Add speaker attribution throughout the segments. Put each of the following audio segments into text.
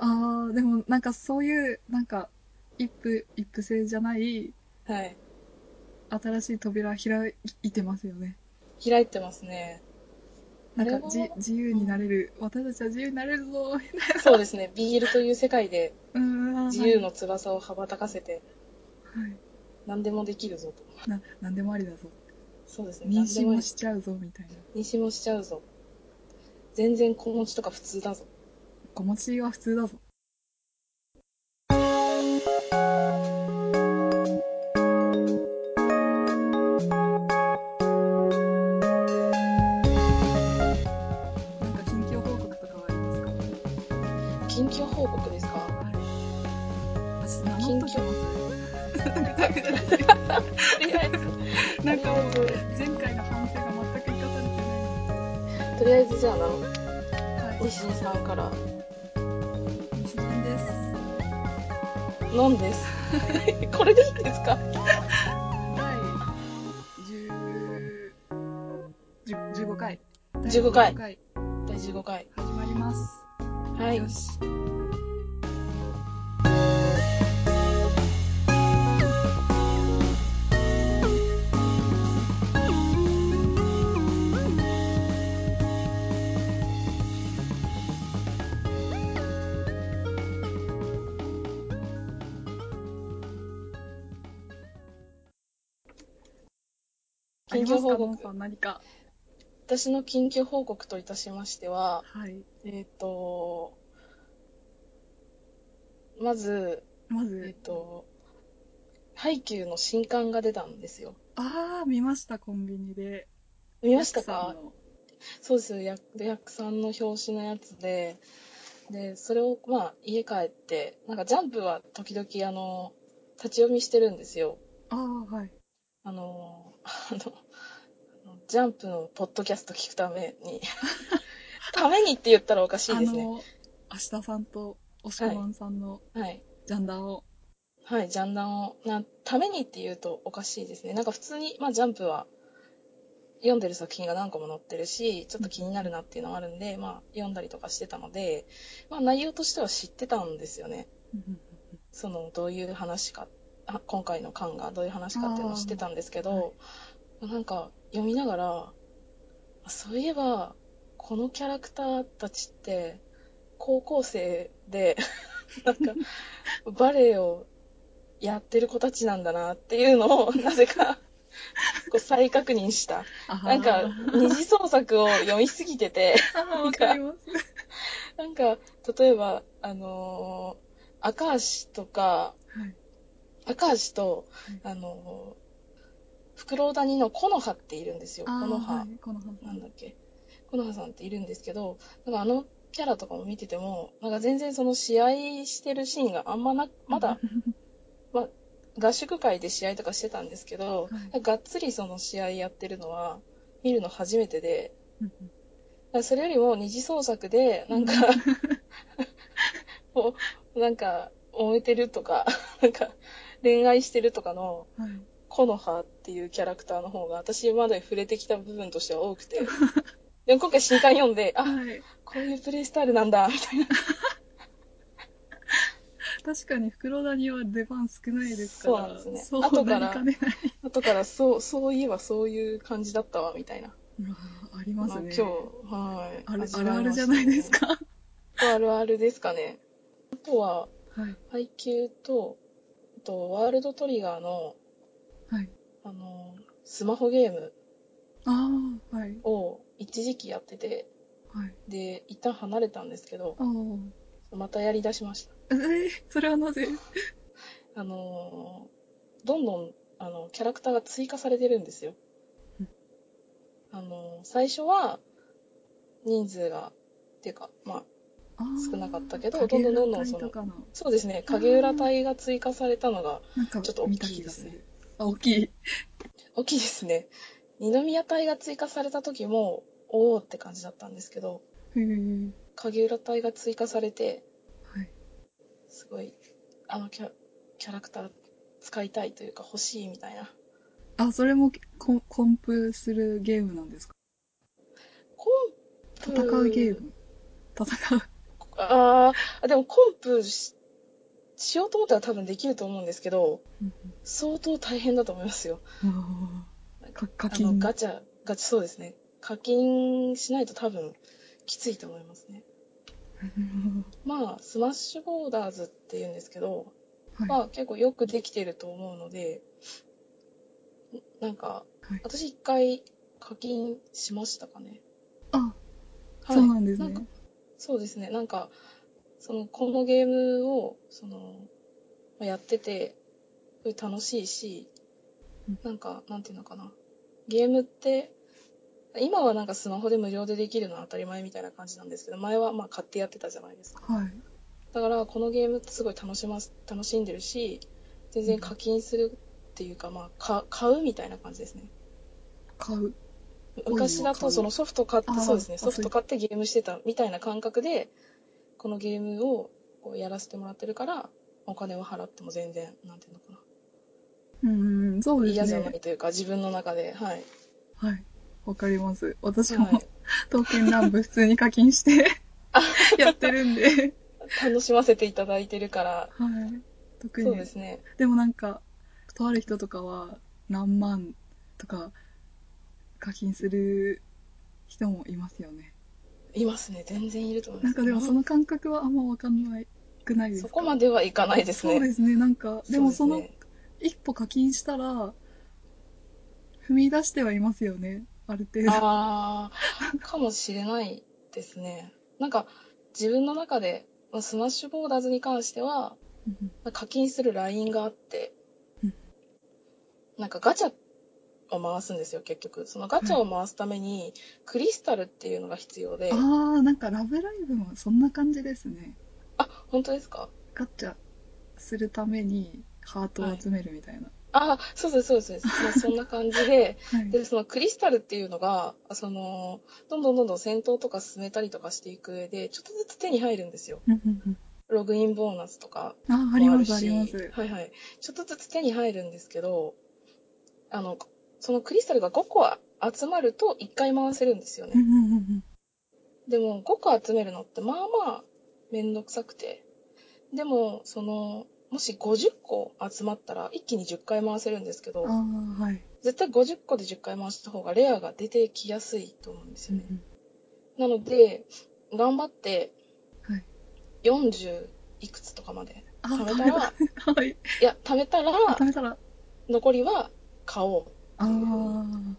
Speaker 1: そう、でもなんかそういう、なんか、一夫一夫制じゃない、
Speaker 2: はい。
Speaker 1: 新しい扉開いてますよね。
Speaker 2: 開いてますね。
Speaker 1: なんか
Speaker 2: あ
Speaker 1: じ
Speaker 2: れは
Speaker 1: 自由になれる、私たちは自由になれるぞ、みたいな
Speaker 2: そうですね。ビールという世界で
Speaker 1: うんうん。
Speaker 2: 自由の翼を羽ばたかせて
Speaker 1: はい。
Speaker 2: 何でもできるぞと。
Speaker 1: な、なんでもありだぞ。
Speaker 2: そうですね。
Speaker 1: 妊
Speaker 2: 何で
Speaker 1: 娠
Speaker 2: もいい
Speaker 1: もしちゃうぞ、みたいな。
Speaker 2: 妊娠もしちゃうぞ。全然子持ちとか普通だぞ。
Speaker 1: 子持ちは普通だぞ。なんか近況報告とかはありますか
Speaker 2: 緊急報告ですか
Speaker 1: 私名乗っときます
Speaker 2: とりあえず、
Speaker 1: なんかもう前回の反省が全く生かされて
Speaker 2: とりあえずじゃあな、
Speaker 1: ないはい
Speaker 2: 西井さんから。
Speaker 1: 西陣です
Speaker 2: なんです。 これでいいんですか
Speaker 1: 第10 10 15回
Speaker 2: 15
Speaker 1: 第
Speaker 2: 回
Speaker 1: 回
Speaker 2: 第15回。
Speaker 1: 始まります
Speaker 2: はい
Speaker 1: よ。しあり
Speaker 2: 緊
Speaker 1: ま
Speaker 2: 急
Speaker 1: すか
Speaker 2: 報
Speaker 1: のん
Speaker 2: 告。
Speaker 1: さん何か
Speaker 2: 私の緊急報告といたしましては、
Speaker 1: はい
Speaker 2: えっ、と、まず、
Speaker 1: ま
Speaker 2: えっ
Speaker 1: ず、
Speaker 2: と、ハイキューの新刊が出たんですよ。
Speaker 1: ああ見ましたコンビニで
Speaker 2: 見ました
Speaker 1: ヤクさ
Speaker 2: か
Speaker 1: んの
Speaker 2: そうですよ、ヤヤクさんの表紙のやつで、で、それを、まあ、家帰って、なんか、ジャンプは時々、あの、立ち読みしてるんですよ。
Speaker 1: ああはい
Speaker 2: あの、あの、あのジャンプのポッドキャスト聞くために、 ためにって言ったらおかしい
Speaker 1: あ
Speaker 2: ですね。
Speaker 1: の明日さんと押しこまんさんの
Speaker 2: はい。
Speaker 1: ジャンダーを、
Speaker 2: はい、ジャンダンを、な、ためにって言うとおかしいですね。なんか普通に、まあ、ジャンプは、読んでる作品が何個も載ってるし、ちょっと気になるなっていうのもあるんで、まあ、読んだりとかしてたので、まあ、内容としては知ってたんですよね。
Speaker 1: うん
Speaker 2: その、どういう話か、あ今回の巻がどういう話かっていうのを知ってたんですけど、なんか、読みながら、あそういえば、このキャラクターたちって、高校生で、 なんか、バレエをやってる子たちなんだなっていうのを、なぜか、こう再確認した。
Speaker 1: あー
Speaker 2: なんか、二次創作を読みすぎてて、
Speaker 1: あーわかります
Speaker 2: なんか、例えば、あのー赤足とか、
Speaker 1: はい
Speaker 2: 赤足と
Speaker 1: い、
Speaker 2: あのー、フクロウダニのコノハっているんですよ。コ
Speaker 1: あ
Speaker 2: ノ
Speaker 1: ーは
Speaker 2: ハ。
Speaker 1: いこの葉
Speaker 2: なんだっけ。コノハさんっているんですけど、なんかあのキャラとかも見てても、なんか全然その試合してるシーンがあんまな、まだ、まあ、合宿会で試合とかしてたんですけど、
Speaker 1: は
Speaker 2: がっつりその試合やってるのは、見るの初めてで、
Speaker 1: うんうん
Speaker 2: それよりも二次創作で、なんか、 こう、なんか、揉めてるとか、 なんか、恋愛してるとかの、
Speaker 1: はい
Speaker 2: コノハっていうキャラクターの方が、私今まで触れてきた部分としては多 くて。でも今回新刊読んで、あ、
Speaker 1: はい、
Speaker 2: こういうプレイスタイルなんだ、みたいな。
Speaker 1: 確かに袋谷は出番少ないですから
Speaker 2: そうなんですね
Speaker 1: そう
Speaker 2: 後から
Speaker 1: なりねない
Speaker 2: 後から、そう、そういえばそういう感じだったわ、みたいな。
Speaker 1: うわーありますね、
Speaker 2: 今日、はい。
Speaker 1: ある
Speaker 2: 味
Speaker 1: あ
Speaker 2: わ
Speaker 1: るあ
Speaker 2: ま
Speaker 1: る
Speaker 2: し
Speaker 1: じゃ
Speaker 2: たね
Speaker 1: ないです。 か、
Speaker 2: あるあるですかね。あとは、
Speaker 1: はい
Speaker 2: 配給と、あと、ワールドトリガーの、
Speaker 1: はい
Speaker 2: あの、スマホゲーム
Speaker 1: ああはい
Speaker 2: を一時期やってて、
Speaker 1: はい
Speaker 2: で、一旦離れたんですけど、
Speaker 1: ああ
Speaker 2: またやり出しました。
Speaker 1: えーそれはなぜ
Speaker 2: あのーどんどん、あの、キャラクターが追加されてるんですよ
Speaker 1: うん。
Speaker 2: あのー最初は、人数が、っていうか、まあ、少なかったけどどんどんどんどんそ
Speaker 1: そ
Speaker 2: の
Speaker 1: のかの
Speaker 2: そうですね、影浦隊が追加されたのが、
Speaker 1: なんか
Speaker 2: ちょっと大
Speaker 1: 見た
Speaker 2: きい
Speaker 1: 気
Speaker 2: で
Speaker 1: が
Speaker 2: す
Speaker 1: す
Speaker 2: ね
Speaker 1: る。あ大きい
Speaker 2: 大きいですね。二宮隊が追加された時も、おおって感じだったんですけど、
Speaker 1: へー
Speaker 2: 影浦隊が追加されて
Speaker 1: はい
Speaker 2: すごいあのキャキャラクター使いたいというか欲しいみたいな
Speaker 1: あそれもコンコンプするゲームなんですか
Speaker 2: コンプ
Speaker 1: 戦うゲーム戦う
Speaker 2: ああ、でもコンプししようと思ったら多分できると思うんですけど、
Speaker 1: うん
Speaker 2: 相当大変だと思いますよ。
Speaker 1: うんあ ーか課
Speaker 2: あの、
Speaker 1: 金。
Speaker 2: ガチャ、ガチャそうですね。課金しないと多分きついと思いますね。
Speaker 1: うん
Speaker 2: まあ、スマッシュボーダーズって言うんですけど、
Speaker 1: はい。
Speaker 2: まあ結構よくできてると思うので、なんか、
Speaker 1: はい
Speaker 2: 私一回課金しましたかね。
Speaker 1: あ、
Speaker 2: はい、
Speaker 1: そうなんです
Speaker 2: な
Speaker 1: ね
Speaker 2: か。そうですね。なんか、その、このゲームを、その、まあやってて、すごい楽しいし
Speaker 1: うん、
Speaker 2: なんか、なんていうのかな。ゲームって、今はなんかスマホで無料でできるのは当たり前みたいな感じなんですけど、前はまあ買ってやってたじゃないですか。
Speaker 1: はい。
Speaker 2: だから、このゲームってすごい楽します、楽しんでるし、全然課金するっていうか、まあ、か買うみたいな感じですね。
Speaker 1: 買う。
Speaker 2: 昔だ
Speaker 1: 買
Speaker 2: と
Speaker 1: う
Speaker 2: そのソフト買って
Speaker 1: あー
Speaker 2: そうですね
Speaker 1: あ
Speaker 2: ソフト買ってゲームしてたみたいな感覚でこのゲームをこうやらせてもらってるからお金を払っても全然なんていうのか
Speaker 1: うん、そう
Speaker 2: な
Speaker 1: で
Speaker 2: 嫌じ
Speaker 1: す
Speaker 2: ゃな
Speaker 1: ね。
Speaker 2: いというか自分の中ではい、
Speaker 1: はい。わかります。私も、
Speaker 2: はい
Speaker 1: 刀剣乱舞普通に課金してやってるんで。
Speaker 2: 楽しませていただいてるから
Speaker 1: はい。特に。
Speaker 2: そうですね
Speaker 1: でもなんか、とある人とかは何万とか課金する人もいますよね。
Speaker 2: いますね全然いると思い
Speaker 1: な
Speaker 2: ま
Speaker 1: ん
Speaker 2: す
Speaker 1: かでもその感覚はあんまわかんないくないです
Speaker 2: そ
Speaker 1: か
Speaker 2: こまではいかないですね
Speaker 1: そうですね。なんか、でもそ
Speaker 2: そう
Speaker 1: の
Speaker 2: ですね
Speaker 1: 一歩課金したら、踏み出してはいますよね。ある程度。
Speaker 2: ああ、かもしれないですね。なんか、自分の中で、まあスマッシュボーダーズに関しては、
Speaker 1: うん
Speaker 2: まあ課金するラインがあって
Speaker 1: うん、
Speaker 2: なんかガチャを回すんですよ、結局。そのガチャを回すために、クリスタルっていうのが必要で、
Speaker 1: あー、なんかラブライブもそんな感じですね。
Speaker 2: あ、本当ですか
Speaker 1: ガチャするためにハートを集めるみたいな。
Speaker 2: あ、そうです、そうです、そうですまあ。そんな感じ で、
Speaker 1: はい。
Speaker 2: で、そのクリスタルっていうのが、その、どんどんどんどん戦闘とか進めたりとかしていく上で、ちょっとずつ手に入るんですよ。
Speaker 1: うんうんうん
Speaker 2: ログインボーナスとか
Speaker 1: あー、あり
Speaker 2: もあ
Speaker 1: ま
Speaker 2: る
Speaker 1: す、あ
Speaker 2: し、
Speaker 1: ります。
Speaker 2: はいはい。ちょっとずつ手に入るんですけど、あの、そのクリスタルが5個集まると1回回せるんですよ
Speaker 1: うん
Speaker 2: ね。
Speaker 1: うんうんうん。
Speaker 2: でも5個集めるのってまあまあめんどくさくて。でも、その、もし50個集まったら一気に10回回せるんですけど、
Speaker 1: ああ、はい。
Speaker 2: 絶対50個で10回回した方がレアが出てきやすいと思うんです
Speaker 1: うん
Speaker 2: よ
Speaker 1: う
Speaker 2: ね。
Speaker 1: ん
Speaker 2: なので、頑張って
Speaker 1: はい。
Speaker 2: 40いくつとかまで
Speaker 1: あー、
Speaker 2: 貯め
Speaker 1: 食
Speaker 2: た
Speaker 1: べ
Speaker 2: ら、
Speaker 1: た。はい。
Speaker 2: いや、貯めたら、
Speaker 1: 食べたら。
Speaker 2: 残りは買おう
Speaker 1: あー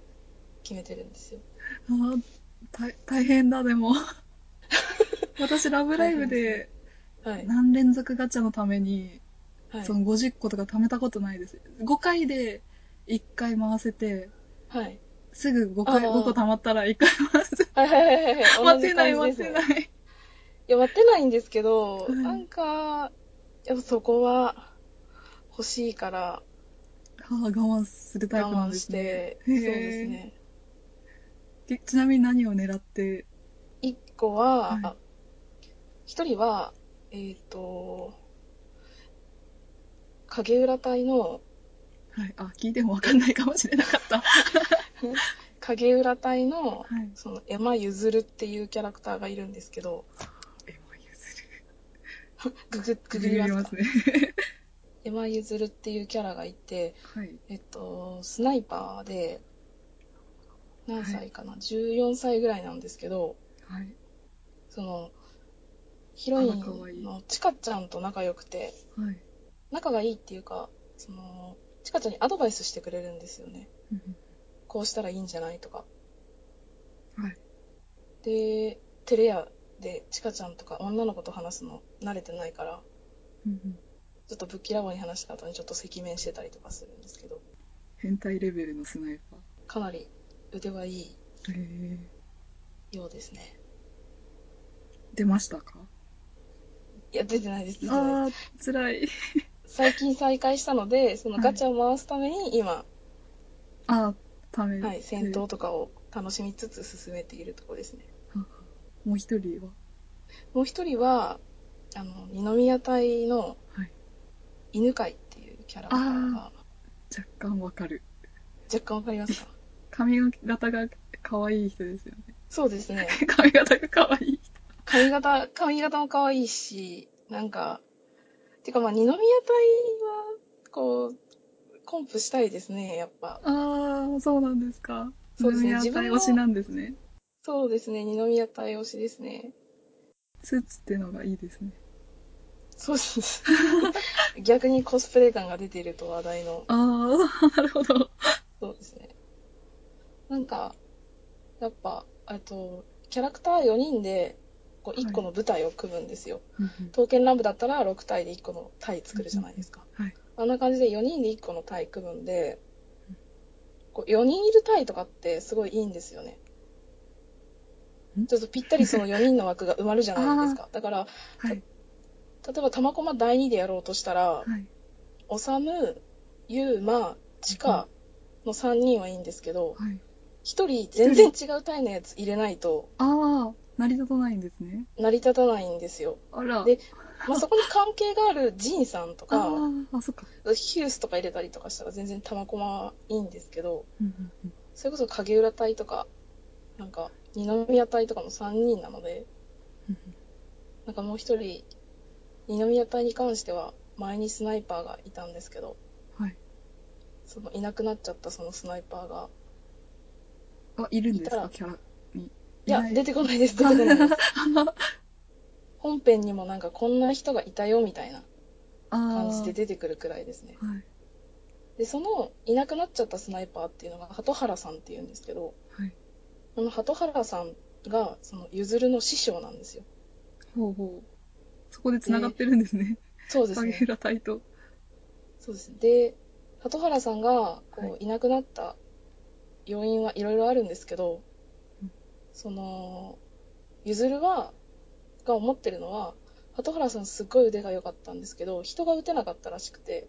Speaker 2: 決めてるんですよ。
Speaker 1: あー、大大変だ、で も。私、ラブライブで
Speaker 2: はい。
Speaker 1: 何連続ガチャのために、
Speaker 2: はい
Speaker 1: そ。の50個とか貯めたことないです。5回で1回回せて、
Speaker 2: はい。
Speaker 1: すぐ5回、
Speaker 2: あー
Speaker 1: 5個貯まったら1回回す。
Speaker 2: はいはいはいはい はい。
Speaker 1: 待てない、
Speaker 2: 同じ
Speaker 1: 待
Speaker 2: 感
Speaker 1: て
Speaker 2: じですね
Speaker 1: ない。
Speaker 2: いや、待てないんですけど、
Speaker 1: はい
Speaker 2: なんか、やっぱそこは欲しいから
Speaker 1: ああ、我慢するタイプな
Speaker 2: 我
Speaker 1: ん
Speaker 2: 慢
Speaker 1: で
Speaker 2: し
Speaker 1: すね
Speaker 2: て。、
Speaker 1: へ
Speaker 2: そう
Speaker 1: ー
Speaker 2: です。ね。
Speaker 1: でちなみに何を狙って、
Speaker 2: 一個は
Speaker 1: は、
Speaker 2: 一、人は、えっ、と、影浦隊の、
Speaker 1: はい、あ、聞いても分かんないかもしれなかった。は
Speaker 2: 影浦隊の、
Speaker 1: い。
Speaker 2: その、エマユズルっていうキャラクターがいるんですけど、
Speaker 1: エマ譲る。
Speaker 2: ググ、グ
Speaker 1: く
Speaker 2: グ
Speaker 1: ぐ
Speaker 2: りま
Speaker 1: り
Speaker 2: す
Speaker 1: ま
Speaker 2: か
Speaker 1: すね。
Speaker 2: エマユズルっていうキャラがいて、
Speaker 1: はい。
Speaker 2: えっと、スナイパーで、何歳かな、?14 歳ぐらいなんですけど、
Speaker 1: はい。
Speaker 2: その、ヒロイ
Speaker 1: あら可愛
Speaker 2: ン
Speaker 1: い
Speaker 2: のチカちゃんと仲良くて、
Speaker 1: はい。
Speaker 2: 仲がいいっていうか、その、チカちゃんにアドバイスしてくれるんですよね。
Speaker 1: うん
Speaker 2: こうしたらいいんじゃないとか。
Speaker 1: うんはい。
Speaker 2: で、テレ屋でチカちゃんとか女の子と話すの慣れてないから、
Speaker 1: うんうん
Speaker 2: ちょっとぶっきらぼうに話した後にちょっと赤面してたりとかするんですけど、
Speaker 1: 変態レベルのスナイパ
Speaker 2: かなり腕はいい
Speaker 1: ー。へえ。
Speaker 2: ようですね。
Speaker 1: 出ましたか
Speaker 2: いや、出てないです。出てないです
Speaker 1: ああ、辛い。
Speaker 2: 最近再開したので、その
Speaker 1: はい
Speaker 2: ガチャを回すために今、
Speaker 1: ああ、ため、
Speaker 2: はい、戦闘とかを楽しみつつ進めているところですね。
Speaker 1: もう一人は
Speaker 2: もう一人は、あの、二宮隊の
Speaker 1: はい。
Speaker 2: 犬飼っていうキャラクターが、
Speaker 1: 若干わかる。
Speaker 2: 若干わかり ますか
Speaker 1: 髪型が可愛い人ですよね。
Speaker 2: そうですね。
Speaker 1: 髪型が可愛い人。
Speaker 2: 髪型、髪型も可愛いし、なんか、てかまあ二宮隊は、こう、コンプしたいですね、やっぱ。
Speaker 1: ああ、そうなんですか。
Speaker 2: そうですね
Speaker 1: 二宮
Speaker 2: 自分
Speaker 1: 隊
Speaker 2: も
Speaker 1: 推しなんですね。
Speaker 2: そうですね、二宮隊推しですね。
Speaker 1: スーツってのがいいですね。
Speaker 2: そうです。逆にコスプレ感が出ていると話題の、
Speaker 1: ああ、なるほど。
Speaker 2: そうですね。なんか、やっぱ、あと、キャラクター4人で、こう1個の舞台を組むんですよ。刀剣乱舞だったら6体で1個の体作るじゃないですか。
Speaker 1: はい。
Speaker 2: あんな感じで4人で1個の体組むんで、こう4人いる体とかってすごいいいんですよね
Speaker 1: ん。
Speaker 2: ちょっとぴったりその4人の枠が埋まるじゃな いですか。だから、
Speaker 1: はい。
Speaker 2: 例えば玉駒第2でやろうとしたら、
Speaker 1: はい。
Speaker 2: おさむ、ゆうま、ちかの3人はいいんですけど、
Speaker 1: はい。
Speaker 2: 1人全然違う体のやつ入れないと
Speaker 1: ああ、成り立たないんですね。
Speaker 2: 成り立たないんで すよ。
Speaker 1: あら。
Speaker 2: でまあ、そこに関係があるジンさんと
Speaker 1: あ
Speaker 2: か、
Speaker 1: あ、あ、そっか。
Speaker 2: ヒュースとか入れたりとかしたら全然玉駒いいんですけど、
Speaker 1: うんうんうん
Speaker 2: それこそ影浦隊とか、なんか、二宮隊とかも3人なので、
Speaker 1: うん
Speaker 2: なんかもう一人、二宮隊に関しては、前にスナイパーがいたんですけど、
Speaker 1: うんはい。
Speaker 2: そのいなくなっちゃったそのスナイパーが、
Speaker 1: あ、いるんです
Speaker 2: いた
Speaker 1: からキャラに。
Speaker 2: いや、
Speaker 1: な
Speaker 2: 出てこないです、出てこないです。本編にもなんかこんな人がいたよみたいな
Speaker 1: ああ。
Speaker 2: 感じで出てくるくらいですね。
Speaker 1: はい。
Speaker 2: で、そのいなくなっちゃったスナイパーっていうのが、鳩原さんっていうんですけど、
Speaker 1: はい。
Speaker 2: この鳩原さんが、その、ゆずるの師匠なんですよ。
Speaker 1: ほうほう。そこで繋がってるんですね。
Speaker 2: そうですね。
Speaker 1: 影浦隊と。
Speaker 2: そうですね。で、鳩原さんがこ
Speaker 1: は
Speaker 2: ういなくなった要因はいろいろあるんですけど、
Speaker 1: うん
Speaker 2: その、ゆずるは、が思ってるのは、鳩原さんすっごい腕が良かったんですけど、人が打てなかったらしくて、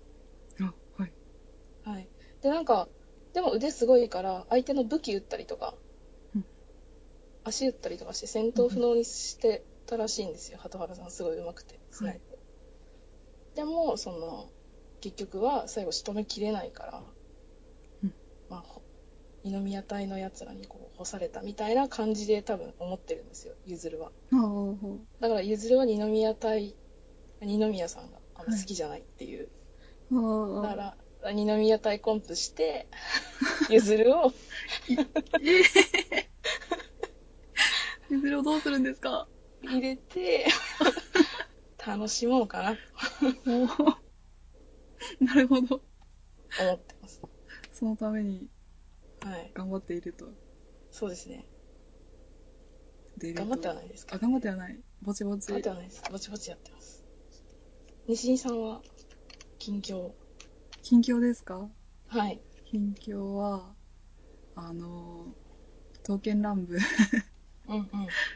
Speaker 1: あ、はい。
Speaker 2: はい。で、なんか、でも腕すごいから、相手の武器打ったりとか、
Speaker 1: うん
Speaker 2: 足打ったりとかして戦闘不能にしてたらしいんですよ、鳩原さんすごい上手くて、スナイプ。でも、その、結局は最後仕留めきれないから、
Speaker 1: うん
Speaker 2: まあ、ほ二宮隊のやつらにこう干されたみたいな感じで多分思ってるんですよ、ゆずるは。
Speaker 1: ああ、ほう。
Speaker 2: だからゆずるは二宮隊、二宮さんがあの
Speaker 1: はい
Speaker 2: 好きじゃないっていう
Speaker 1: ああ。
Speaker 2: だから二宮対コンプして ゆずるを
Speaker 1: ええゆずるをどうするんですか
Speaker 2: 入れて楽しもうかなと
Speaker 1: おー なるほど。
Speaker 2: 思ってます
Speaker 1: そのために
Speaker 2: はい
Speaker 1: 頑張っていると。
Speaker 2: そうですね
Speaker 1: で。
Speaker 2: 頑張ってはないいですけ
Speaker 1: あ、
Speaker 2: ど
Speaker 1: 頑張ってはない。ぼちぼち。
Speaker 2: 頑張ってはないですぼちぼちやってます西井さんは近況
Speaker 1: 近況ですか
Speaker 2: はい
Speaker 1: 近況は、あの、刀剣乱舞。
Speaker 2: うんうん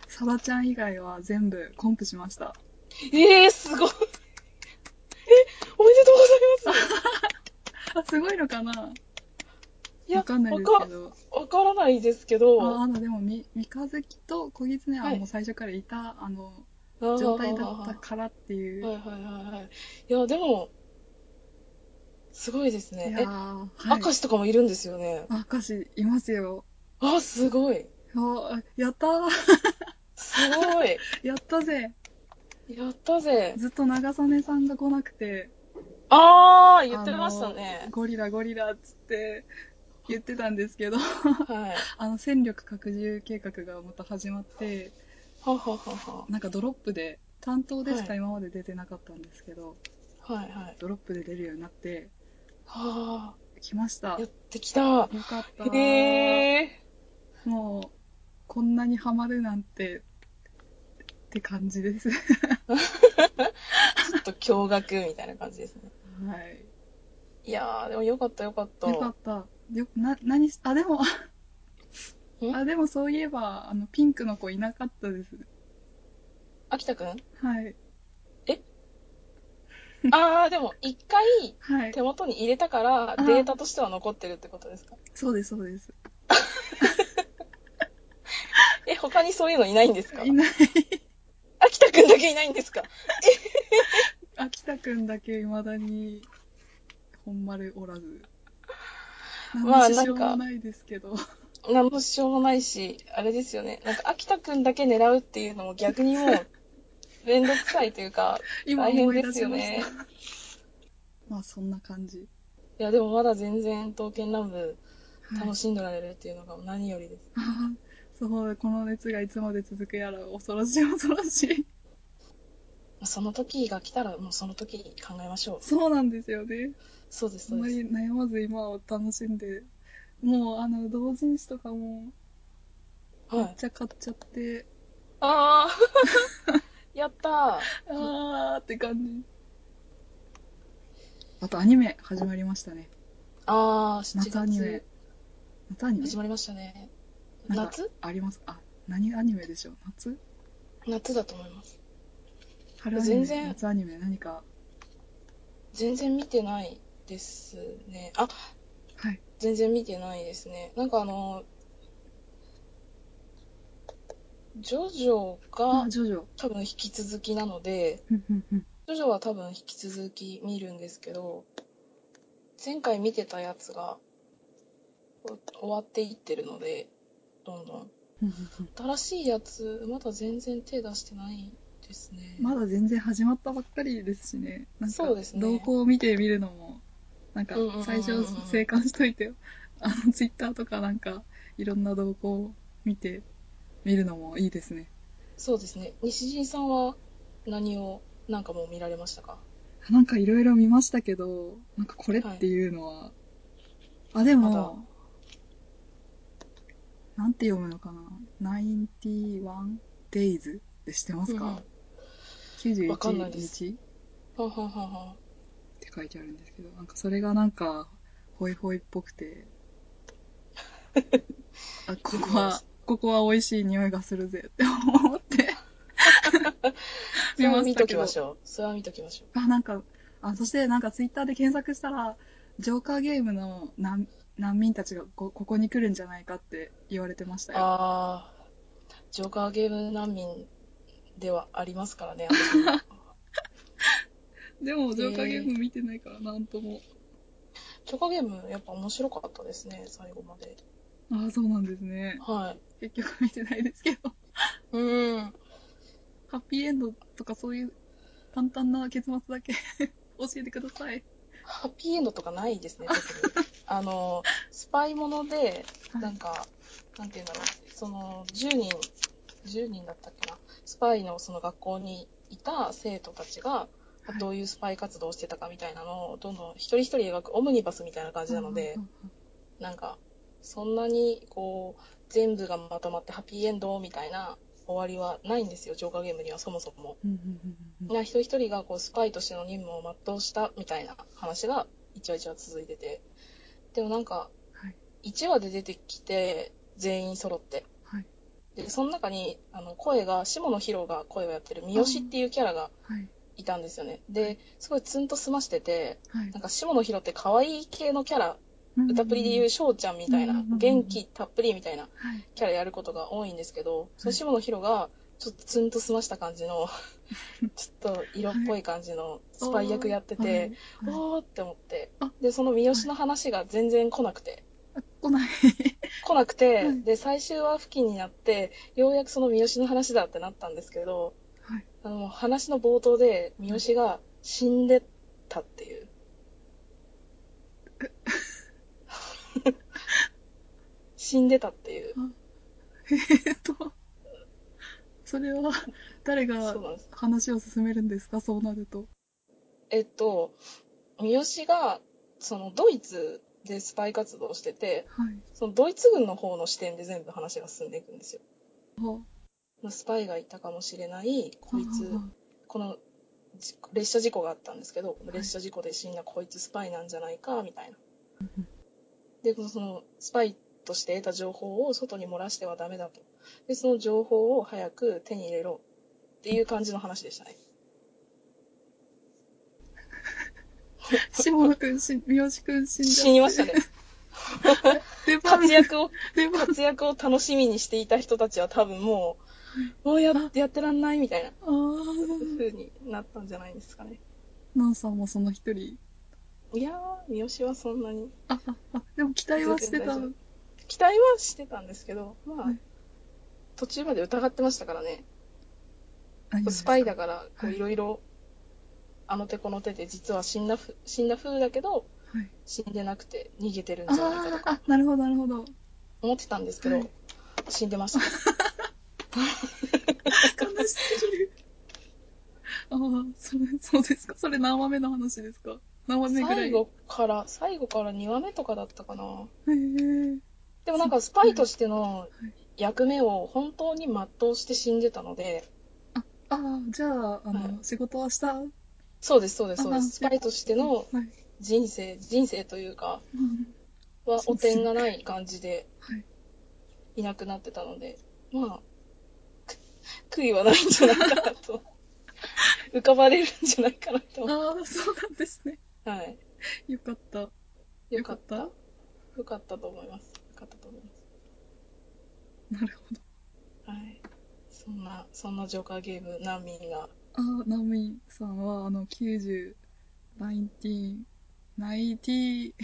Speaker 1: サダちゃん以外は全部コンプしました。
Speaker 2: えー、すごいえおめでとうございます
Speaker 1: あ、すごいのかない
Speaker 2: や
Speaker 1: わかんないですけど。
Speaker 2: わからないですけ
Speaker 1: あ
Speaker 2: ど
Speaker 1: あの、でも、み、三日月と小狐は
Speaker 2: はい
Speaker 1: もう最初からいた、あの、
Speaker 2: 状
Speaker 1: 状態だったからっていう。
Speaker 2: はいはいはいはい。いや、でも、すごいですね
Speaker 1: い。や
Speaker 2: え
Speaker 1: ー、、はい、
Speaker 2: 明石とかもいるんですよね。
Speaker 1: あ明石いますよ。
Speaker 2: あ、すごい。
Speaker 1: あやったー
Speaker 2: すごい。
Speaker 1: やったぜ
Speaker 2: やったぜ。
Speaker 1: ずっと長曽根さんが来なくて、
Speaker 2: あー、言ってましたね。
Speaker 1: ゴリラゴリラっつって言ってたんですけど、
Speaker 2: はい。
Speaker 1: あの、戦力拡充計画がまた始まって、
Speaker 2: はははは
Speaker 1: なんかドロップで、担当でし
Speaker 2: は
Speaker 1: か今まで出てなかったんですけど、
Speaker 2: は。はいはい。
Speaker 1: ドロップで出るようになって、
Speaker 2: は
Speaker 1: 来ました。
Speaker 2: ー、や
Speaker 1: よ
Speaker 2: ってき
Speaker 1: か
Speaker 2: た。
Speaker 1: ったー。
Speaker 2: へー。
Speaker 1: もう、こんなにハマるなんて、って感じです。は
Speaker 2: ちょっと驚愕みたいな感じですね。
Speaker 1: い。
Speaker 2: いやー、でもよかったよかっ た。
Speaker 1: よかった。よな、何し、あ、でも、
Speaker 2: ん
Speaker 1: あ、でもそういえば、あの、ピンクの子いなかったです。
Speaker 2: 秋田くん
Speaker 1: はい。
Speaker 2: あー、でも一回
Speaker 1: はい
Speaker 2: 手。元に入れたから
Speaker 1: ー
Speaker 2: データとしては残ってるってことですか
Speaker 1: そうです、そうです。
Speaker 2: え、他にそういうのいないんですか
Speaker 1: いない。
Speaker 2: 秋田くんだけいないんですか
Speaker 1: 秋田くんだけ未だに、本丸おらず。
Speaker 2: まあ
Speaker 1: 何の支障
Speaker 2: なんか
Speaker 1: もないですけど。
Speaker 2: 何もしようもないし、あれですよね。なんか、秋田くんだけ狙うっていうのも逆にも う、めんどくさいというか、
Speaker 1: 今
Speaker 2: 大変
Speaker 1: 思い
Speaker 2: で
Speaker 1: 出
Speaker 2: す
Speaker 1: し
Speaker 2: よ
Speaker 1: まし
Speaker 2: ね
Speaker 1: た。。 まあそんな感じ。
Speaker 2: いや、でもまだ全然、刀剣乱舞、
Speaker 1: はい
Speaker 2: 楽しんでられるっていうのが何よりです。
Speaker 1: あーそう、この熱がいつまで続くやら、恐ろしい恐ろしい。
Speaker 2: まあその時が来たら、もうその時考えましょう。
Speaker 1: そうなんですよね。
Speaker 2: そうで
Speaker 1: あ
Speaker 2: す、そ
Speaker 1: ん
Speaker 2: う
Speaker 1: ま
Speaker 2: です。
Speaker 1: り悩まず今を楽しんで、もうあの、同人誌とかもめ
Speaker 2: は
Speaker 1: っ
Speaker 2: い。
Speaker 1: ちゃ買っちゃって、
Speaker 2: ああ やったー
Speaker 1: あーって感じ。あとアニメ始まりましたね。
Speaker 2: ああ、7
Speaker 1: 夏アニメ
Speaker 2: 月。
Speaker 1: 夏アニメ
Speaker 2: 始まりましたね。
Speaker 1: なんか
Speaker 2: 夏
Speaker 1: ありますあ、何アニメでしょう夏
Speaker 2: 夏だと思います。
Speaker 1: 春アニ
Speaker 2: 全
Speaker 1: メ
Speaker 2: 然
Speaker 1: 夏アニメ何か。
Speaker 2: 全然見てないですね。あ、
Speaker 1: はい。
Speaker 2: 全然見てないですね。なんかあの、ジョジョ
Speaker 1: あ
Speaker 2: が、
Speaker 1: ジョジョ。
Speaker 2: 多分引き続きなので、
Speaker 1: ふんふんふん
Speaker 2: ジョジョは多分引き続き見るんですけど、前回見てたやつがお終わっていってるので、どんどん。
Speaker 1: ふんふんふん
Speaker 2: 新しいやつ、まだ全然手出してないですね。
Speaker 1: まだ全然始まったばっかりですしね。なんか
Speaker 2: そうですね
Speaker 1: 動向を見てみるのも、なんか
Speaker 2: うんうんうんうん
Speaker 1: 最初静観しといて、あの、ツイッターとかなんかいろんな動向を見てみるのもいいですね。
Speaker 2: そうですね。西陣さんは何を、なんかもう見られましたか
Speaker 1: なんかいろいろ見ましたけど、なんかこれっていうのは、あ、で
Speaker 2: まだ
Speaker 1: も、なんて読むのかな ?91 days って知ってますか、
Speaker 2: うんうんわかんな
Speaker 1: ?91
Speaker 2: いです
Speaker 1: 日
Speaker 2: はんはんはんはん
Speaker 1: って書いてあるんですけど、なんかそれがなんか、ホイホイっぽくて、 あ、ここは、ここは美味しい匂いがするぜって思って、 見
Speaker 2: それは
Speaker 1: ま
Speaker 2: 見
Speaker 1: し
Speaker 2: と
Speaker 1: たけ
Speaker 2: き
Speaker 1: ど
Speaker 2: ま。しょう。それは見ときましょ
Speaker 1: あ、なんか、あ、そしてなんかツイッターで検索したら、ジョーカーゲームの難難民たちがこここに来るんじゃないかって言われてました
Speaker 2: う。
Speaker 1: よ。
Speaker 2: あー、ジョーカーゲーム難民ではありますからね、私も
Speaker 1: でも、
Speaker 2: ー
Speaker 1: ジョーカーゲーム見てないから、なんとも。
Speaker 2: ジョーカーゲーム、やっぱ面白かったですね、最後まで。
Speaker 1: ああ、そうなんですね。
Speaker 2: はい。
Speaker 1: 結局見てないですけど。
Speaker 2: うーん。
Speaker 1: ハッピーエンドとかそういう簡単な結末だけ 教えてください。
Speaker 2: ハッピーエンドとかないですね、特に。あの、スパイもので、なんか、なんて言うんだろう、その、10人、10人だったっけな、スパイのその学校にいた生徒たちが、
Speaker 1: はい
Speaker 2: どういうスパイ活動をしてたかみたいなのを、どんどん一人一人描くオムニバスみたいな感じなので、
Speaker 1: うんうんうん
Speaker 2: なんか、そんなに、こう、全部がまとまってハッピーエンドみたいな終わりはないんですよ、浄化ゲームにはそもそも。
Speaker 1: うんうんうんうん
Speaker 2: な一人一人がこうスパイとしての任務を全うしたみたいな話が一話一話続いててでもなんか
Speaker 1: はい
Speaker 2: 1話で出てきて全員揃って
Speaker 1: はい
Speaker 2: でその中にあの声が下野紘が声をやってる三好っていうキャラが
Speaker 1: はい
Speaker 2: いたんですよねですごいツンと済ましてて
Speaker 1: はい
Speaker 2: なんか下野紘って可愛い系のキャラ歌プリでいう翔ちゃんみたい
Speaker 1: うんう
Speaker 2: なん
Speaker 1: うん
Speaker 2: 元気たっぷりみたいな
Speaker 1: はい
Speaker 2: キャラやることが多いんですけどその下野紘がちょっとツンと済ました感 じのちょっと色っぽい感じのスパイ役やってて。
Speaker 1: はいはい
Speaker 2: おーって思って
Speaker 1: あ
Speaker 2: でその三好の話が全然来なくて
Speaker 1: あ来ない
Speaker 2: 来なくて、
Speaker 1: はい
Speaker 2: で最終話付近になってようやくその三好の話だってなったんですけど
Speaker 1: はい
Speaker 2: あの話の冒頭で三好が死んでたっていう死んでたっていう
Speaker 1: えっとそれは誰が
Speaker 2: そうなんです
Speaker 1: 話を進めるんですかそうなると
Speaker 2: えっと三好がそのドイツでスパイ活動をしてて
Speaker 1: はい
Speaker 2: そのドイツ軍の方の視点で全部話が進んでいくんですよ
Speaker 1: は
Speaker 2: スパイがいたかもしれないこいつ
Speaker 1: は
Speaker 2: このじ列車事故があったんですけど列車事故で死んだこいつスパイなんじゃないかみたいな。でこのそのスパイとして得た情報を外に漏らしてはダメだとでその情報を早く手に入れろっていう感じの話でしたね。
Speaker 1: 下野くん死三好くん死んじゃって
Speaker 2: 死にました ね。
Speaker 1: 出番
Speaker 2: 活躍を
Speaker 1: 出番
Speaker 2: 活躍を楽しみにしていた人たちは多分もうもうやってやってらんないみたいな
Speaker 1: ああ
Speaker 2: 風になったんじゃないですかね。
Speaker 1: ナンさんもその一人
Speaker 2: いやー三好はそんなに
Speaker 1: あああでも期待はしてた
Speaker 2: 全然大丈期待はしてたんですけど、まあ、
Speaker 1: はい
Speaker 2: 途中まで疑ってましたからね。
Speaker 1: 何
Speaker 2: スパイだ
Speaker 1: が
Speaker 2: から、
Speaker 1: は
Speaker 2: こう
Speaker 1: い
Speaker 2: いろいろ、あの手この手で実は死んだふ、死んだ風だけど、
Speaker 1: はい
Speaker 2: 死んでなくて逃げてるん
Speaker 1: あ
Speaker 2: じゃないかと
Speaker 1: ーあ
Speaker 2: か
Speaker 1: なるほどなるほど
Speaker 2: 思ってたんですけど、
Speaker 1: はい
Speaker 2: 死んで ました。
Speaker 1: 悲しすぎるああそれそうですかそれ何話目の話ですか何話目ぐらい
Speaker 2: 最後から、最後から2話目とかだったかな。
Speaker 1: へー
Speaker 2: でもなんかスパイとしての役目を本当に全うして死んでたので、
Speaker 1: ああじゃああの、
Speaker 2: はい
Speaker 1: 仕事はしたはい
Speaker 2: そうです、そうです、そうで
Speaker 1: あ
Speaker 2: す。スパイとしての
Speaker 1: はい
Speaker 2: 人生、人生というか、
Speaker 1: うん
Speaker 2: は汚点がない感じで
Speaker 1: はい
Speaker 2: いなくなってたので、まあ、く悔いはないんじゃないかな と。浮かばれるんじゃないかなと。
Speaker 1: ああそうなんですね
Speaker 2: はい。
Speaker 1: よかった
Speaker 2: よかった。
Speaker 1: よ
Speaker 2: よかったと思います。よかったと思いま
Speaker 1: なるほど
Speaker 2: す。はい。そんな、そんなジョーカーゲーム、難民が。
Speaker 1: ああナオミさんはあの90 19 91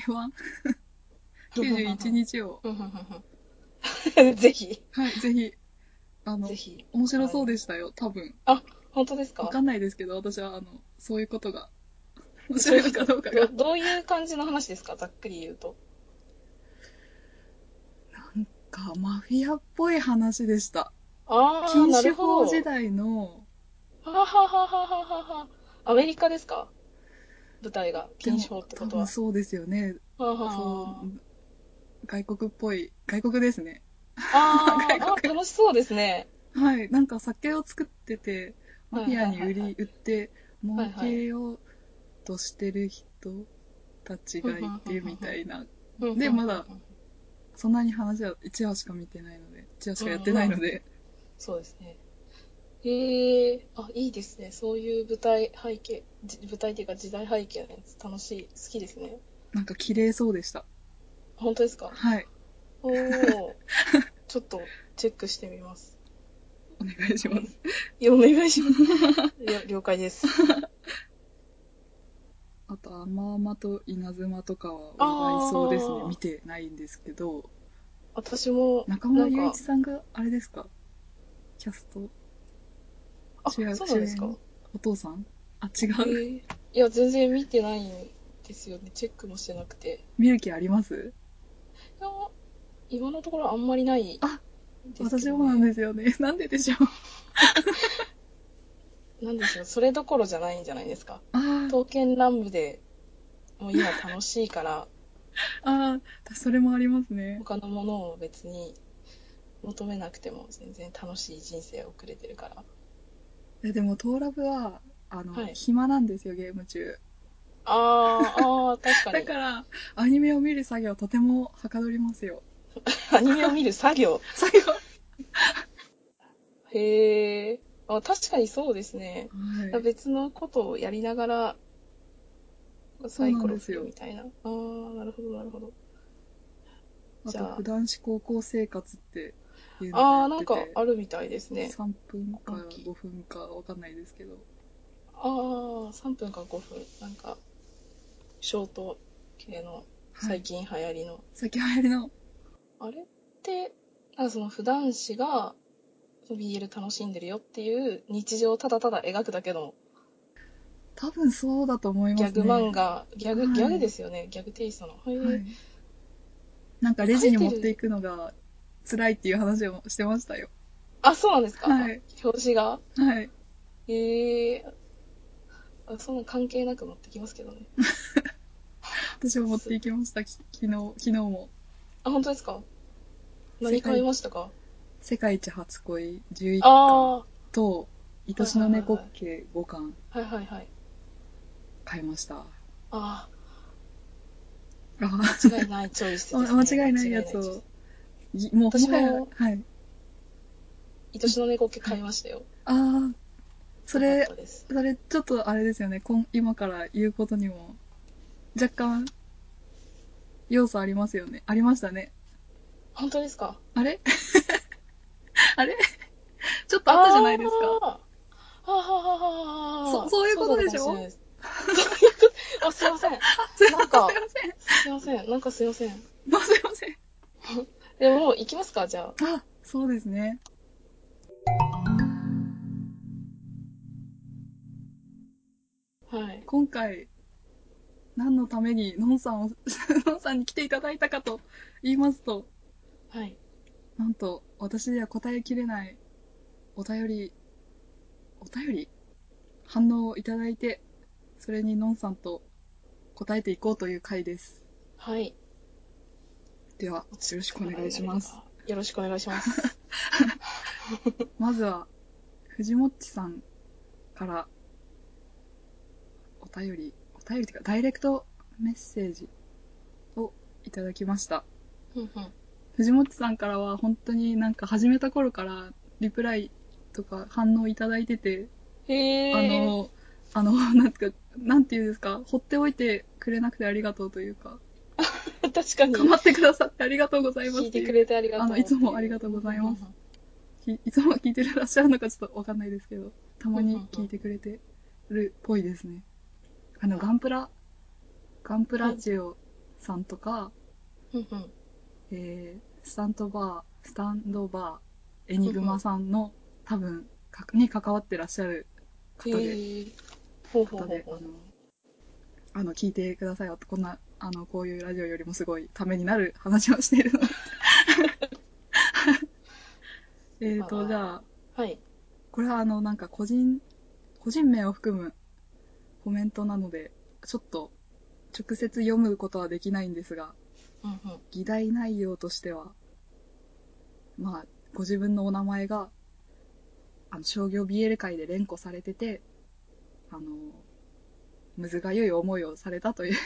Speaker 1: 91日を
Speaker 2: うんうんうん うんぜひ、
Speaker 1: はいぜひあの
Speaker 2: ぜひ。
Speaker 1: 面白そうでしたよ多分
Speaker 2: 本当です
Speaker 1: わ
Speaker 2: か
Speaker 1: かんないですけど、私は、あの、そういうこと が、面白いのかどうか
Speaker 2: ど
Speaker 1: が。
Speaker 2: どういう感じの話ですかざっくり言うと。
Speaker 1: なんか、マフィアっぽい話でした。
Speaker 2: ああ、
Speaker 1: 禁
Speaker 2: な
Speaker 1: 酒
Speaker 2: る
Speaker 1: 法
Speaker 2: ほど。
Speaker 1: 時代の、
Speaker 2: ははははははは。アメリカですか舞台が。禁酒法って
Speaker 1: 多
Speaker 2: こと
Speaker 1: 分
Speaker 2: は。
Speaker 1: そうですよね。
Speaker 2: はあは
Speaker 1: そ
Speaker 2: あ
Speaker 1: う。外国っぽい、外国ですね。
Speaker 2: あー
Speaker 1: 外
Speaker 2: あ、楽しそうですね。
Speaker 1: はい。なんか酒を作ってて、マフィアに売
Speaker 2: はいはいはいは
Speaker 1: り、売って、儲けようとしてる人たちがいて、みたいな。でまだ。そんなに話は1話しか見てないので、1話しかやってないので、
Speaker 2: そうですね。へえあ、いいですね。そういう舞台背景、じ舞台っていうか時代背景のやつ楽しい、好きですね。
Speaker 1: なんか綺麗そうでした。
Speaker 2: 本当ですか
Speaker 1: はい。
Speaker 2: お お。ちょっとチェックしてみます。
Speaker 1: お願いします。
Speaker 2: いや、お願いします。いや了解です。
Speaker 1: あと、アマアマと稲妻とかは笑いそうですね
Speaker 2: あ。ー
Speaker 1: 見てないんですけど、
Speaker 2: 私も、
Speaker 1: 中村
Speaker 2: な
Speaker 1: 雄
Speaker 2: んか
Speaker 1: 一さんが、あれですかキャスト、
Speaker 2: あ、そ
Speaker 1: 主
Speaker 2: うなん
Speaker 1: 役
Speaker 2: ですか。
Speaker 1: お父さんあ、違
Speaker 2: へ
Speaker 1: う。
Speaker 2: ーいや、全然見てないんですよね。チェックもしてなくて。
Speaker 1: 見る気あります
Speaker 2: いや、今のところあんまりないですけどね、
Speaker 1: あ私もなんですよね。 なんででしょう。
Speaker 2: なんでしょう、それどころじゃないんじゃないですか。
Speaker 1: あー
Speaker 2: 刀剣乱舞でもう今楽しいから、
Speaker 1: あー、それもありますね。
Speaker 2: 他のものを別に求めなくても全然楽しい人生を送れてるから。
Speaker 1: えでも、トーラブは、あの、
Speaker 2: はい
Speaker 1: 暇なんですよ、ゲーム中。
Speaker 2: あー、あー確か
Speaker 1: だ
Speaker 2: に
Speaker 1: か。ら、アニメを見る作業はとてもはかどりますよ。
Speaker 2: アニメを見る作業。
Speaker 1: 作業は
Speaker 2: へー。あ確かにそうですね。
Speaker 1: い。
Speaker 2: 別のことをやりながら、サイコロ振るみたいな。あー、なるほど、なるほど。
Speaker 1: あ
Speaker 2: じ
Speaker 1: と
Speaker 2: ゃあ、
Speaker 1: 普段子高校生活っていうの
Speaker 2: あー、
Speaker 1: も
Speaker 2: な
Speaker 1: やっ
Speaker 2: ん
Speaker 1: て
Speaker 2: か
Speaker 1: て
Speaker 2: あるみたいですね。
Speaker 1: 3分か
Speaker 2: 大きい
Speaker 1: 5分かわかんないですけど
Speaker 2: ああ、3分か5分。なんか、ショート系の
Speaker 1: は
Speaker 2: 最
Speaker 1: い
Speaker 2: 近流行りの。
Speaker 1: 先流行りの
Speaker 2: あれって、なんかその普段子が BL 楽しんでるよっていう日常をただただ描くだけの
Speaker 1: 多分そうだと思います
Speaker 2: ギ
Speaker 1: ね
Speaker 2: ャグ漫画、ギャグ、
Speaker 1: はい
Speaker 2: ギャグですよね。ギャグテイストの。へえ
Speaker 1: はい、なんかレジに持っていくのが辛いっていう話をしてましたよ
Speaker 2: あ、そうなんですか、
Speaker 1: はい
Speaker 2: 表紙が
Speaker 1: はい
Speaker 2: へえあそんな関係なく持ってきますけどね。
Speaker 1: 私も持っていきましたき昨日昨日も
Speaker 2: あ、本当ですか
Speaker 1: 世界
Speaker 2: 何買いましたか
Speaker 1: 「世界一初恋11巻
Speaker 2: あ」
Speaker 1: と「愛しの猫っけ5巻
Speaker 2: あー、はいはいはい。」
Speaker 1: 買いました
Speaker 2: あ
Speaker 1: あ
Speaker 2: あ、間違いないチョイ スです、ね。
Speaker 1: 間違いないやつ
Speaker 2: 間違いないチョイス
Speaker 1: をいもう
Speaker 2: 私も
Speaker 1: はやはい
Speaker 2: 愛しの猫系買いましたよ。
Speaker 1: ああそ
Speaker 2: よか
Speaker 1: れ
Speaker 2: ったです。
Speaker 1: それちょっとあれですよねこん今から言うことにも若干要素ありますよねありましたね
Speaker 2: 本当ですか
Speaker 1: あれ あれちょっとあったじゃないですか
Speaker 2: か。あーはははは
Speaker 1: そそういうことでしょ
Speaker 2: そうだったかもしれないです あ、すいません。
Speaker 1: あすいま
Speaker 2: なんか
Speaker 1: せんすい
Speaker 2: すいません。なんかすいません。
Speaker 1: ませんすいません
Speaker 2: でももう行きますかじゃあ
Speaker 1: あそうですね
Speaker 2: はい
Speaker 1: 今回何のためにのんさんを のんさんに来ていただいたかと言いますと
Speaker 2: はい
Speaker 1: なんと私では答えきれないお便りお便り反応をいただいてそれにのんさんと答えていこうという回です
Speaker 2: はい
Speaker 1: ではよろしくお願いします
Speaker 2: よろしくお願いします
Speaker 1: まずは藤もっちさんからお便りお便りというかダイレクトメッセージをいただきました
Speaker 2: うんうん
Speaker 1: 藤本さんからは本当になんか始めた頃からリプライとか反応いただいてて、
Speaker 2: へえ
Speaker 1: あの、あの、なんていうか、なんていうんですか、放っておいてくれなくてありがとうというか、
Speaker 2: 確かに
Speaker 1: 構ってくださってありがとうございます
Speaker 2: 聞
Speaker 1: っ
Speaker 2: い
Speaker 1: て
Speaker 2: て
Speaker 1: いう
Speaker 2: くれてありがとう
Speaker 1: あのいつもありがとうございます
Speaker 2: うんうん
Speaker 1: きいつも聞いてらっしゃるのかちょっとわかんないですけど、たまに聞いてくれてるっぽいですね。あの、ガンプラ、ガンプラジオさんとか、
Speaker 2: うんうん
Speaker 1: えースタンドバー、スタンドバー、エニグマさんの、多分かに関わってらっしゃる方
Speaker 2: へ
Speaker 1: で、
Speaker 2: えほうほう
Speaker 1: 方
Speaker 2: ほう
Speaker 1: で
Speaker 2: ほう
Speaker 1: あの、あの、聞いてくださいよこんな、あの、こういうラジオよりもすごいためになる話をしているので。 えっと、じゃあ、
Speaker 2: はい
Speaker 1: これはあの、なんか個人、個人名を含むコメントなので、ちょっと直接読むことはできないんですが、
Speaker 2: うんうん
Speaker 1: 議題内容としては、まあ、ご自分のお名前が、あの、商業 BL 界で連呼されてて、あの、むずがゆい思いをされたという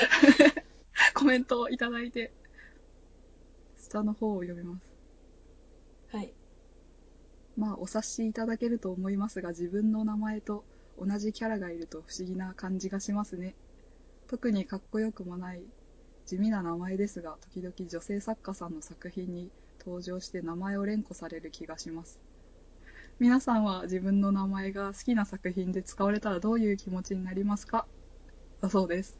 Speaker 1: コメントをいただいて、下の方を読みます。
Speaker 2: はい
Speaker 1: まあ、お察しいただけると思いますが、自分の名前と同じキャラがいると不思議な感じがしますね。特にかっこよくもない地味な名前ですが、時々女性作家さんの作品に登場して名前を連呼される気がします。皆さんは自分の名前が好きな作品で使われたらどういう気持ちになりますかだそうです。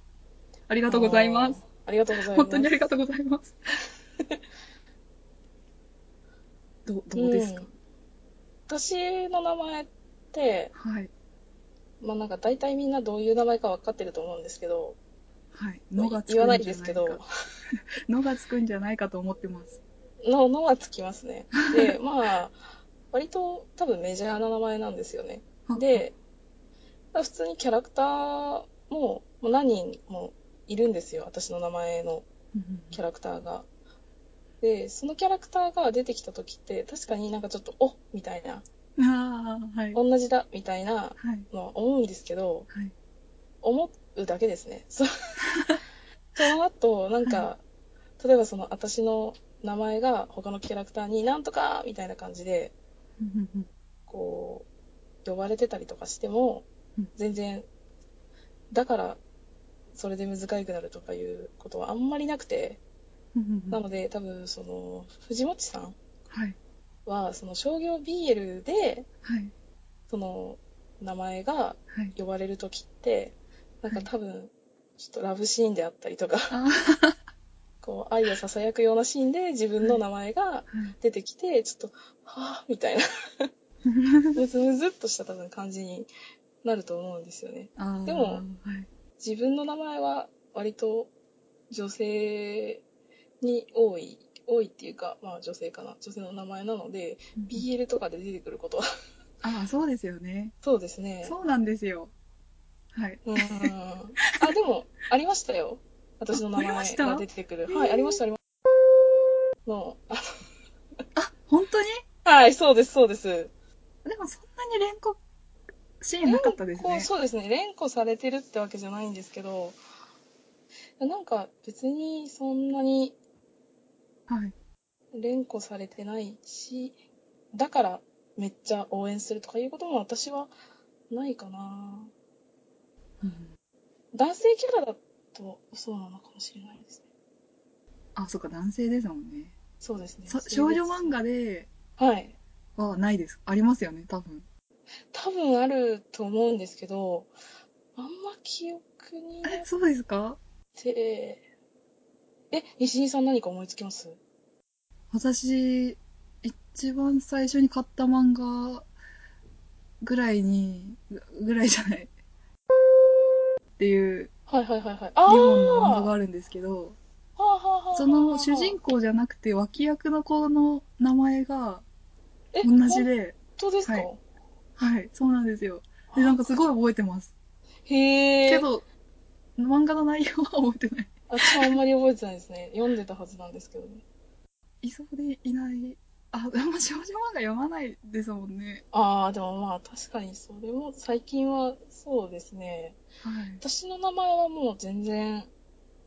Speaker 1: あり
Speaker 2: あ
Speaker 1: がとうございます。
Speaker 2: ーありがとうございます
Speaker 1: 本当にありがとうございます。ど どうですか、
Speaker 2: ん私の名前って
Speaker 1: はい。
Speaker 2: まあなんか大体みんなどういう名前か分かってると思うんですけど
Speaker 1: はい。のがつくんじ
Speaker 2: 言
Speaker 1: ゃ
Speaker 2: わ
Speaker 1: な
Speaker 2: ないい
Speaker 1: か
Speaker 2: ですけど。
Speaker 1: のがつくんじゃないかと思ってます。
Speaker 2: ののはつきますねでまあ割と多分メジャーな名前なんですよねで普通にキャラクターももう何人もいるんですよ私の名前の
Speaker 1: うんうん
Speaker 2: キャラクターがでそのキャラクターが出てきた時って確かになんかちょっと「おみたいな
Speaker 1: うん、ああ、は
Speaker 2: 「
Speaker 1: い。
Speaker 2: 同じだ」みたいな
Speaker 1: はい。
Speaker 2: のは思うんですけど
Speaker 1: はい。
Speaker 2: 思うだけですね。 そうその後、なんか、例えばその私の名前が他のキャラクターになんとかみたいな感じで、
Speaker 1: うんうんうん
Speaker 2: こう、呼ばれてたりとかしても
Speaker 1: うん、
Speaker 2: 全然、だから、それで難しくなるとかいうことはあんまりなくて、
Speaker 1: うんうんう
Speaker 2: なんので多分その、藤本さん
Speaker 1: はい。
Speaker 2: は、その商業 BL で、
Speaker 1: はい。
Speaker 2: その、名前が
Speaker 1: はい。
Speaker 2: 呼ばれる時って、なんか
Speaker 1: はい
Speaker 2: 多分、ちょっとラブシーンであったりとか、
Speaker 1: あー
Speaker 2: こう、愛を囁くようなシーンで自分の名前が
Speaker 1: はい。
Speaker 2: 出てきて、ちょっと、はぁ、み たいな、むずむずっとした多分感じになると思うんですよね。
Speaker 1: あー
Speaker 2: でも
Speaker 1: はい。
Speaker 2: 自分の名前は割と女性に多い、多いっていうか、まあ女性かな、女性の名前なので、BL とかで出てくることは、
Speaker 1: ああ、そうですよね。
Speaker 2: そうですね。
Speaker 1: そうなんですよ。はい。
Speaker 2: うーん。あ、でも、ありましたよ。私の
Speaker 1: あ
Speaker 2: 名
Speaker 1: ありまし
Speaker 2: 前
Speaker 1: た
Speaker 2: が出てくる。
Speaker 1: ー
Speaker 2: はい、ありました、ありました。の、あ
Speaker 1: 本当に
Speaker 2: はい、そうです、そうです。
Speaker 1: でもそんなに連呼シーンなかったです
Speaker 2: こう
Speaker 1: ね。
Speaker 2: そうですね連呼されてるってわけじゃないんですけどなんか別にそんなに
Speaker 1: はい。
Speaker 2: 連呼されてないしだからめっちゃ応援するとかいうことも私はないかな
Speaker 1: うん
Speaker 2: 男性キャラだとそうなのかもしれないですね
Speaker 1: あ、そっか、男性ですもんね。
Speaker 2: そうですね
Speaker 1: そ
Speaker 2: 性別
Speaker 1: 少女漫画で
Speaker 2: はい
Speaker 1: はないです。ありますよね、多分。
Speaker 2: 多分あると思うんですけどあんま記憶にな
Speaker 1: え、
Speaker 2: っ
Speaker 1: そうですか
Speaker 2: てえ、西井さん何か思いつきます
Speaker 1: 私、一番最初に買った漫画ぐらいに、ぐぐらいじゃない。っていう
Speaker 2: はいはいはいは
Speaker 1: 2
Speaker 2: い。あー
Speaker 1: 本の漫画があるんですけど、
Speaker 2: はあはあはあはあはあ
Speaker 1: その主人公じゃなくて脇役の子の名前が
Speaker 2: え
Speaker 1: 同じ
Speaker 2: 本
Speaker 1: で、
Speaker 2: 当ですか、
Speaker 1: はいはい、そうなんですよ。で、なんかすごい覚えてます。
Speaker 2: へえ。
Speaker 1: けど、漫画の内容は覚えてない。
Speaker 2: 私はあんまり覚えてないですね。読んでたはずなんですけど。
Speaker 1: いそうでいない。あ、でも少女漫画読まないですもんね。
Speaker 2: ああ、でもまあ確かにそれも最近はそうですね。
Speaker 1: はい。
Speaker 2: 私の名前はもう全然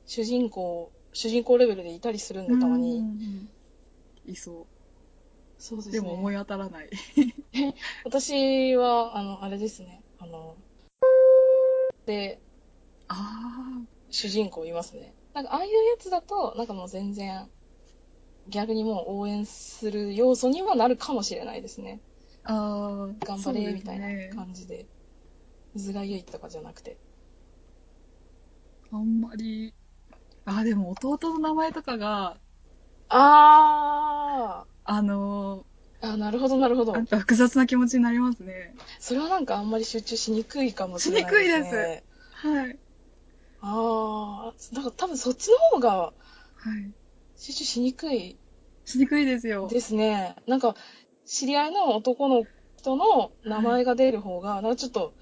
Speaker 2: 主人公、主人公レベルでいたりするんでたま
Speaker 1: うんう
Speaker 2: に。
Speaker 1: んうんいそ
Speaker 2: そうです
Speaker 1: う。
Speaker 2: ね。
Speaker 1: でも思い当たらない。
Speaker 2: 私は、あの、あれですね。あの、で、
Speaker 1: あ
Speaker 2: 主人公いますね。なんかああいうやつだと、なんかもう全然、逆にもう応援する要素にはなるかもしれないですね。
Speaker 1: あ。ああ。
Speaker 2: 頑
Speaker 1: そ
Speaker 2: 張
Speaker 1: うで
Speaker 2: れ
Speaker 1: す
Speaker 2: みたいな
Speaker 1: ね。
Speaker 2: 感じで、水がゆいとかじゃなくて。
Speaker 1: あんまり。ああ、でも弟の名前とかが、
Speaker 2: あ
Speaker 1: あの
Speaker 2: ーあ、なるほどなるほ
Speaker 1: ー、
Speaker 2: ど
Speaker 1: な。んか複雑な気持ちになりますね。
Speaker 2: それはなんかあんまり集中しにくいかもしれない
Speaker 1: し
Speaker 2: で
Speaker 1: に
Speaker 2: す
Speaker 1: くい
Speaker 2: ね。
Speaker 1: はい。
Speaker 2: ああ、なんか多分そっちの方が
Speaker 1: はい。
Speaker 2: 集中しにくい
Speaker 1: しにくいですよ。
Speaker 2: ですね。なんか知り合いの男の人の名前が出る方が、なんかちょっと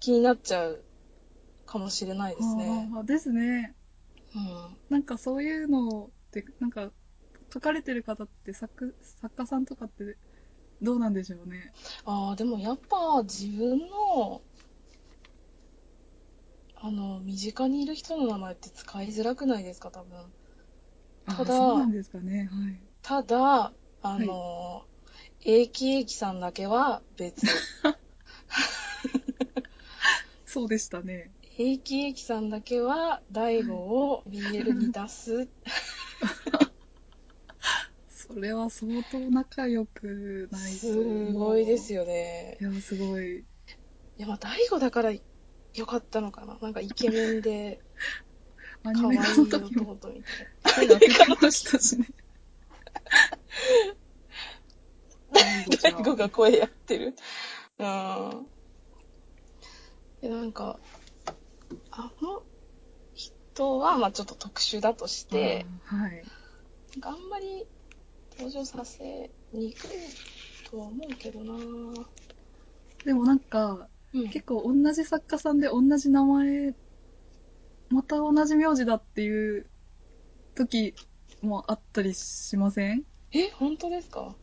Speaker 2: 気になっちゃうかもしれないですね。
Speaker 1: ああ、ですね。
Speaker 2: うん、
Speaker 1: なんかそういうのって、なんか書かれてる方って作作家さんとかってどうなんでしょうね。
Speaker 2: ああ、でもやっぱ自分の、あの、身近にいる人の名前って使いづらくないですか、多分。
Speaker 1: あ
Speaker 2: ただ
Speaker 1: そうなんですかね。はい。
Speaker 2: ただ、あの、永貴永貴さんだけは別。
Speaker 1: そうでしたね。
Speaker 2: 永貴永貴さんだけは、大悟を BL に出す。
Speaker 1: それは相当仲良くないと。
Speaker 2: すごいです
Speaker 1: よ。
Speaker 2: よね。
Speaker 1: いや、すごい。
Speaker 2: いや、まあ、大悟だから良かったのかな。なんかイケメンで、
Speaker 1: アニ
Speaker 2: 可愛
Speaker 1: メ
Speaker 2: い
Speaker 1: 化の時も
Speaker 2: 弟みたい
Speaker 1: 手が開けてましたしね。
Speaker 2: な。大悟が声やってる。うん。いや、なんか、あの人は、まあ、ちょっと特殊だとして、
Speaker 1: あーはい。
Speaker 2: なんかあんまり登場させにくいとは思うけどなぁ。
Speaker 1: でもなんか、
Speaker 2: うん、
Speaker 1: 結構同じ作家さんで同じ名前、また同じ名字だっていう時もあったりしません
Speaker 2: え、本当ですかは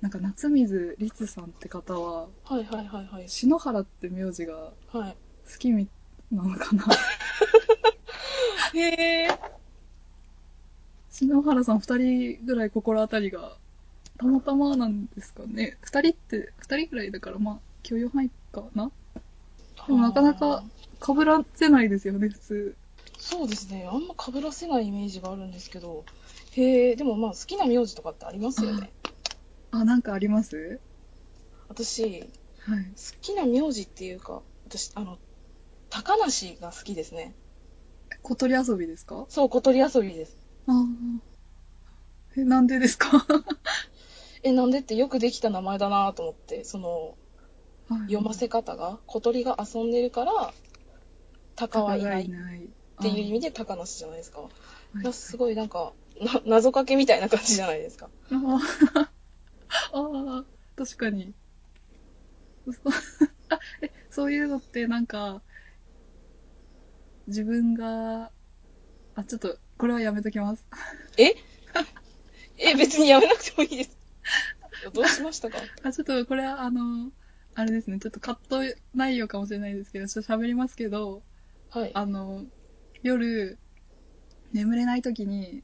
Speaker 1: なんか夏水律さんって方は、
Speaker 2: いはいはいはい。
Speaker 1: 篠原って名字が
Speaker 2: はい
Speaker 1: 好きみなのかな
Speaker 2: へえ。
Speaker 1: 篠原さん二人ぐらい心当たりがたまたまなんですかね二人って二人ぐらいだからまあ許容範囲かなでもなかなか被らせないですよね普通
Speaker 2: そうですね。あんま被らせないイメージがあるんですけど。へえ、でもまあ好きな名字とかってありますよね。
Speaker 1: あなんかあります
Speaker 2: 私、好
Speaker 1: はい
Speaker 2: きな名字っていうか、私、あの、高梨が好きですね。
Speaker 1: 小鳥遊びですか
Speaker 2: そう、小鳥遊びです。
Speaker 1: あーえなんでですか
Speaker 2: え、なんでってよくできた名前だなと思って、その、読ませ方が、小鳥が遊んでるから、鷹はいないっ
Speaker 1: ない
Speaker 2: ていう意味で高梨じゃないですか。
Speaker 1: あー
Speaker 2: いやすごいなんか、な謎かけみたいな感じじゃないですか。
Speaker 1: ああ、確かに。嘘 あえそういうのってなんか、自分が、あ、ちょっと、これはやめときます。
Speaker 2: え え、別にやめなくてもいいです。どうしましたか
Speaker 1: あ、ちょっと、これはあの、あれですね、ちょっとカット内容かもしれないですけど、ちょっと喋りますけど、
Speaker 2: はい。
Speaker 1: あの、夜、眠れない時に、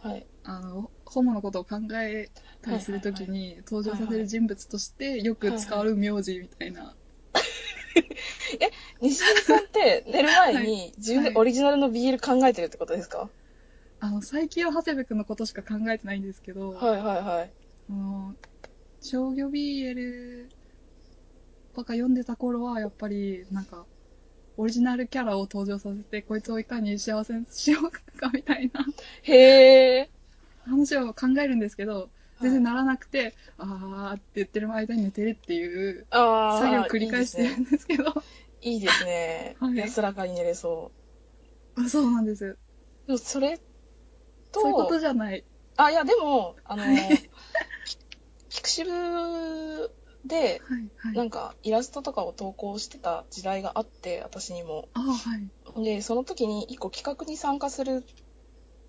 Speaker 2: はい。
Speaker 1: あの、ホモのことを考えたりするときに登場させる人物としてよく使われる名字みたいな。
Speaker 2: 西井さんって寝る前に自分でオリジナルの BL 考えてるってことですか
Speaker 1: あの、最近は長谷部君のことしか考えてないんですけど、
Speaker 2: はいはいはい。
Speaker 1: あの、商業 BL ばっか読んでた頃はやっぱりなんか、オリジナルキャラを登場させて、こいつをいかに幸せにしようかみたいな
Speaker 2: へえ。
Speaker 1: 話を考えるんですけど、全然ならなくて、あーって言ってる間に寝てるっていう
Speaker 2: ああ。
Speaker 1: 作業を繰り返してるんですけど、
Speaker 2: いいですね。い
Speaker 1: はい
Speaker 2: いですね安らかに寝れそ
Speaker 1: そうなんです。
Speaker 2: う。でもそれと、
Speaker 1: そういうことじゃない。
Speaker 2: あ、いや、でも、あの、
Speaker 1: はい
Speaker 2: ピピクシブで、
Speaker 1: はいは。
Speaker 2: ないんかイラストとかを投稿してた時代があって、私にも。
Speaker 1: ああ、はい。
Speaker 2: で、その時に一個企画に参加する、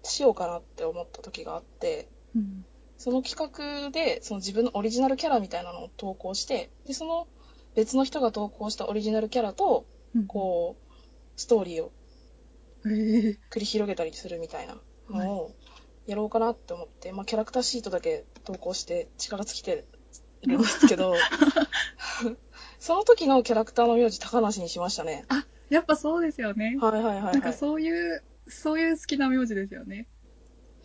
Speaker 2: しようかなって思った時があって、
Speaker 1: うん。
Speaker 2: その企画で、その自分のオリジナルキャラみたいなのを投稿して、で、その別の人が投稿したオリジナルキャラと、
Speaker 1: うん
Speaker 2: こう、ストーリーを
Speaker 1: ええ
Speaker 2: 繰り広げたりするみたいなのをやろうかなって思って、まあ、キャラクターシートだけ投稿して力尽きてるんですけど その時のキャラクターの名字高梨にしましたね
Speaker 1: やっぱそうですよね。
Speaker 2: はいはいはい、
Speaker 1: なん
Speaker 2: は
Speaker 1: か
Speaker 2: い、そ
Speaker 1: そういう、そういう好きな名字ですよね。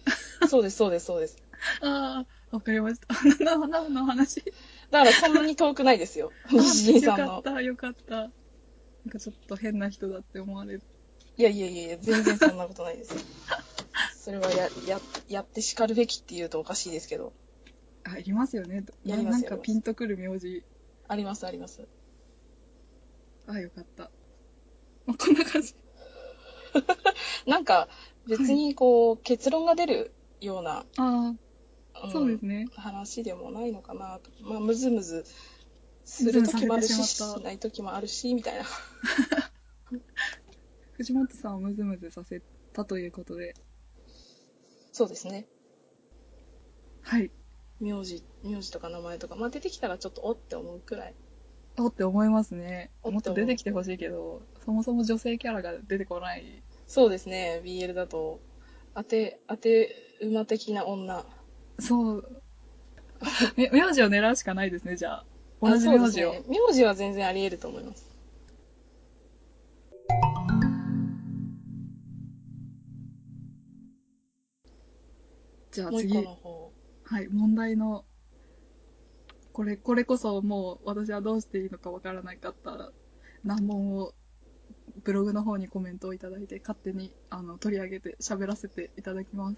Speaker 2: うですそうですそうです
Speaker 1: ああ、わかりました。何の何の話
Speaker 2: だからそんなに遠くないですよ
Speaker 1: あ
Speaker 2: 西陣さん
Speaker 1: よかっ
Speaker 2: の
Speaker 1: た、よかった。なんかちょっと変な人だって思われる。
Speaker 2: いやいやいやいや全然そんなことないです それはやややってしかるべきっていうとおかしいですけど
Speaker 1: あ、いりますよね。
Speaker 2: やります
Speaker 1: なん
Speaker 2: やり
Speaker 1: か
Speaker 2: ます
Speaker 1: ピンとくる名字。
Speaker 2: ありますあります
Speaker 1: あ、よかった。まあ、こんな感じ。
Speaker 2: なんか別にこう、結論が出るような、
Speaker 1: ああ、
Speaker 2: ん
Speaker 1: そうですね。
Speaker 2: 話でもないのかなと、まあ、むずむずする時もあるし
Speaker 1: むずむず
Speaker 2: し
Speaker 1: されてしまった
Speaker 2: ない時もあるしみたいな
Speaker 1: 藤本さんをムズムズさせたということで。
Speaker 2: そうですね
Speaker 1: はい。
Speaker 2: 名字名字とか名前とか、まあ、出てきたらちょっとおって思うくらい
Speaker 1: おって思いますね。
Speaker 2: おって思う
Speaker 1: もっと出てきてほしいけど、そもそも女性キャラが出てこない。
Speaker 2: そうですね BL だと当て当て馬的な女
Speaker 1: そう。 え名字を狙うしかないですね、じゃあ。同じ
Speaker 2: あそう
Speaker 1: 名字を。
Speaker 2: ですね、名字は全然ありえると思います
Speaker 1: じゃあ
Speaker 2: もう一
Speaker 1: 次
Speaker 2: 個。の方
Speaker 1: はい、問題の、これ、これこそもう私はどうしていいのかわからなかった難問をブログの方にコメントをいただいて勝手にあの取り上げて喋らせていただきます。